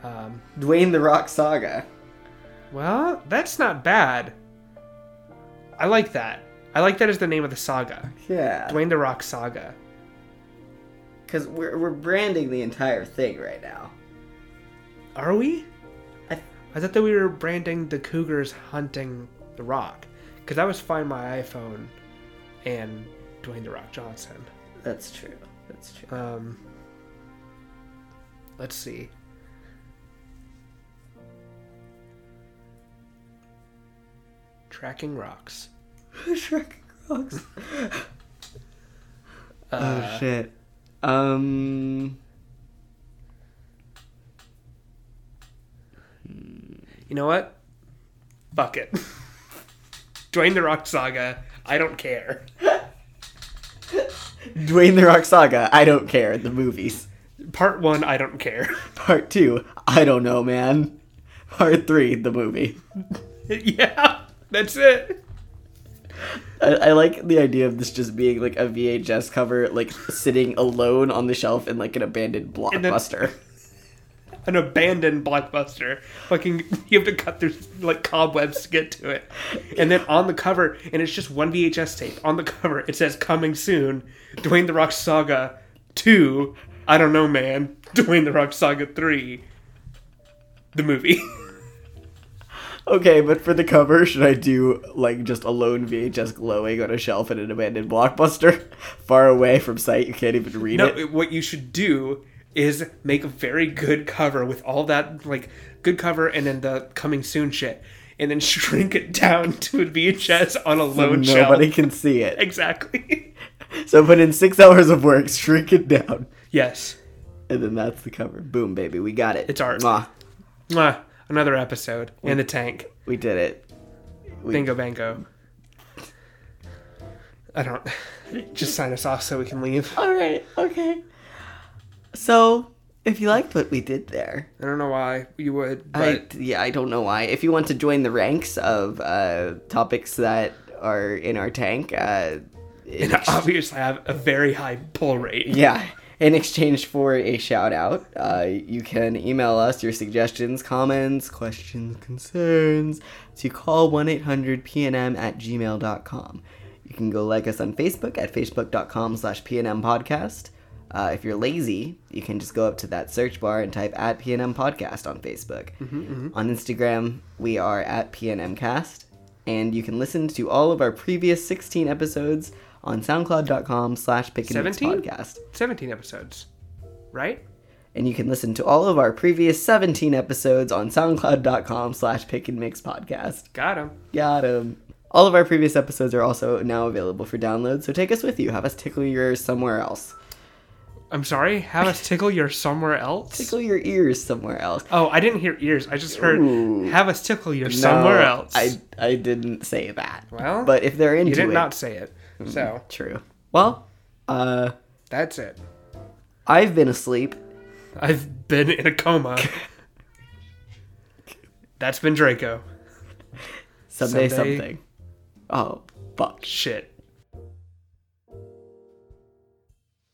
Speaker 2: Um,
Speaker 1: Dwayne the Rock Saga.
Speaker 2: well, that's not bad. I like that. I like that as the name of the saga.
Speaker 1: Yeah.
Speaker 2: Dwayne the Rock Saga.
Speaker 1: Because we're, we're branding the entire thing right now.
Speaker 2: Are we?
Speaker 1: I-
Speaker 2: I thought that we were branding the Cougars hunting the Rock, because I was Find My iPhone and Dwayne the Rock Johnson.
Speaker 1: That's true. That's true.
Speaker 2: Um, let's see. Tracking rocks.
Speaker 1: Shrek Rocks.
Speaker 2: (laughs) Uh,
Speaker 1: oh shit. Um.
Speaker 2: You know what? Fuck it. (laughs) Dwayne the Rock Saga. I don't care.
Speaker 1: Dwayne the Rock Saga. I don't care. The movies.
Speaker 2: Part one. I don't care. (laughs)
Speaker 1: Part two. I don't know, man. Part three. The movie.
Speaker 2: yeah, that's it.
Speaker 1: I, I like the idea of this just being like a VHS cover, like sitting alone on the shelf in like an abandoned
Speaker 2: then-
Speaker 1: blockbuster.
Speaker 2: an abandoned blockbuster. Fucking, (laughs) you have to cut through like cobwebs to get to it. And then on the cover, and it's just one VHS tape. On the cover, it says "Coming soon, Dwayne the Rock Saga Two. I don't know, man. Dwayne the Rock Saga Three, the movie. (laughs)
Speaker 1: Okay, but for the cover, should I do like just a lone VHS glowing on a shelf in an abandoned blockbuster, (laughs) far away from sight? You can't even read
Speaker 2: no,
Speaker 1: it.
Speaker 2: what you should do is make a very good cover with all that like good cover, and then the coming soon shit. And then (laughs) shrink it down to a VHS on a lone
Speaker 1: Nobody
Speaker 2: shelf.
Speaker 1: can see it.
Speaker 2: Exactly. (laughs)
Speaker 1: So put in six hours of work, shrink it down,
Speaker 2: Yes.
Speaker 1: and then that's the cover. Boom, baby, we got it.
Speaker 2: It's art.
Speaker 1: Mwah.
Speaker 2: Mwah. Another episode in the tank.
Speaker 1: We did it. We-
Speaker 2: Bingo bango. I don't. Just sign us off so we can leave.
Speaker 1: All right. Okay. So, if you liked what we did there,
Speaker 2: I don't know why you would, but
Speaker 1: I yeah, I don't know why. If you want to join the ranks of uh, topics that are in our tank, uh, in
Speaker 2: and I obviously have a very high pull rate.
Speaker 1: Yeah. In exchange for a shout out, uh, you can email us your suggestions, comments, questions, concerns to call 1 800 PNM at gmail.com. You can go like us on Facebook at facebook.com slash PNM podcast. Uh, if you're lazy, you can just go up to that search bar and type at PNM podcast on Facebook. On Instagram, we are at PNMcast and you can listen to all of our previous 16 episodes on soundcloud.com slash pick and mix
Speaker 2: 17?
Speaker 1: podcast
Speaker 2: 17 episodes, right?
Speaker 1: and you can listen to all of our previous 17 episodes on soundcloud.com slash pick and mix podcast
Speaker 2: Got him.
Speaker 1: got 'em. all of our previous episodes are also now available for download so take us with you have us tickle your ears somewhere else
Speaker 2: I'm sorry. Have us tickle your somewhere else.
Speaker 1: tickle your ears somewhere else
Speaker 2: Oh, I didn't hear ears. I just heard
Speaker 1: Ooh.
Speaker 2: have us tickle your somewhere
Speaker 1: No,
Speaker 2: else.
Speaker 1: i i didn't say that
Speaker 2: Well,
Speaker 1: but if they're into
Speaker 2: you did
Speaker 1: it
Speaker 2: not say it. So
Speaker 1: true well uh
Speaker 2: that's it.
Speaker 1: i've been asleep
Speaker 2: I've been in a coma. That's been Draco.
Speaker 1: someday
Speaker 2: Someday.
Speaker 1: something oh fuck
Speaker 2: Shit.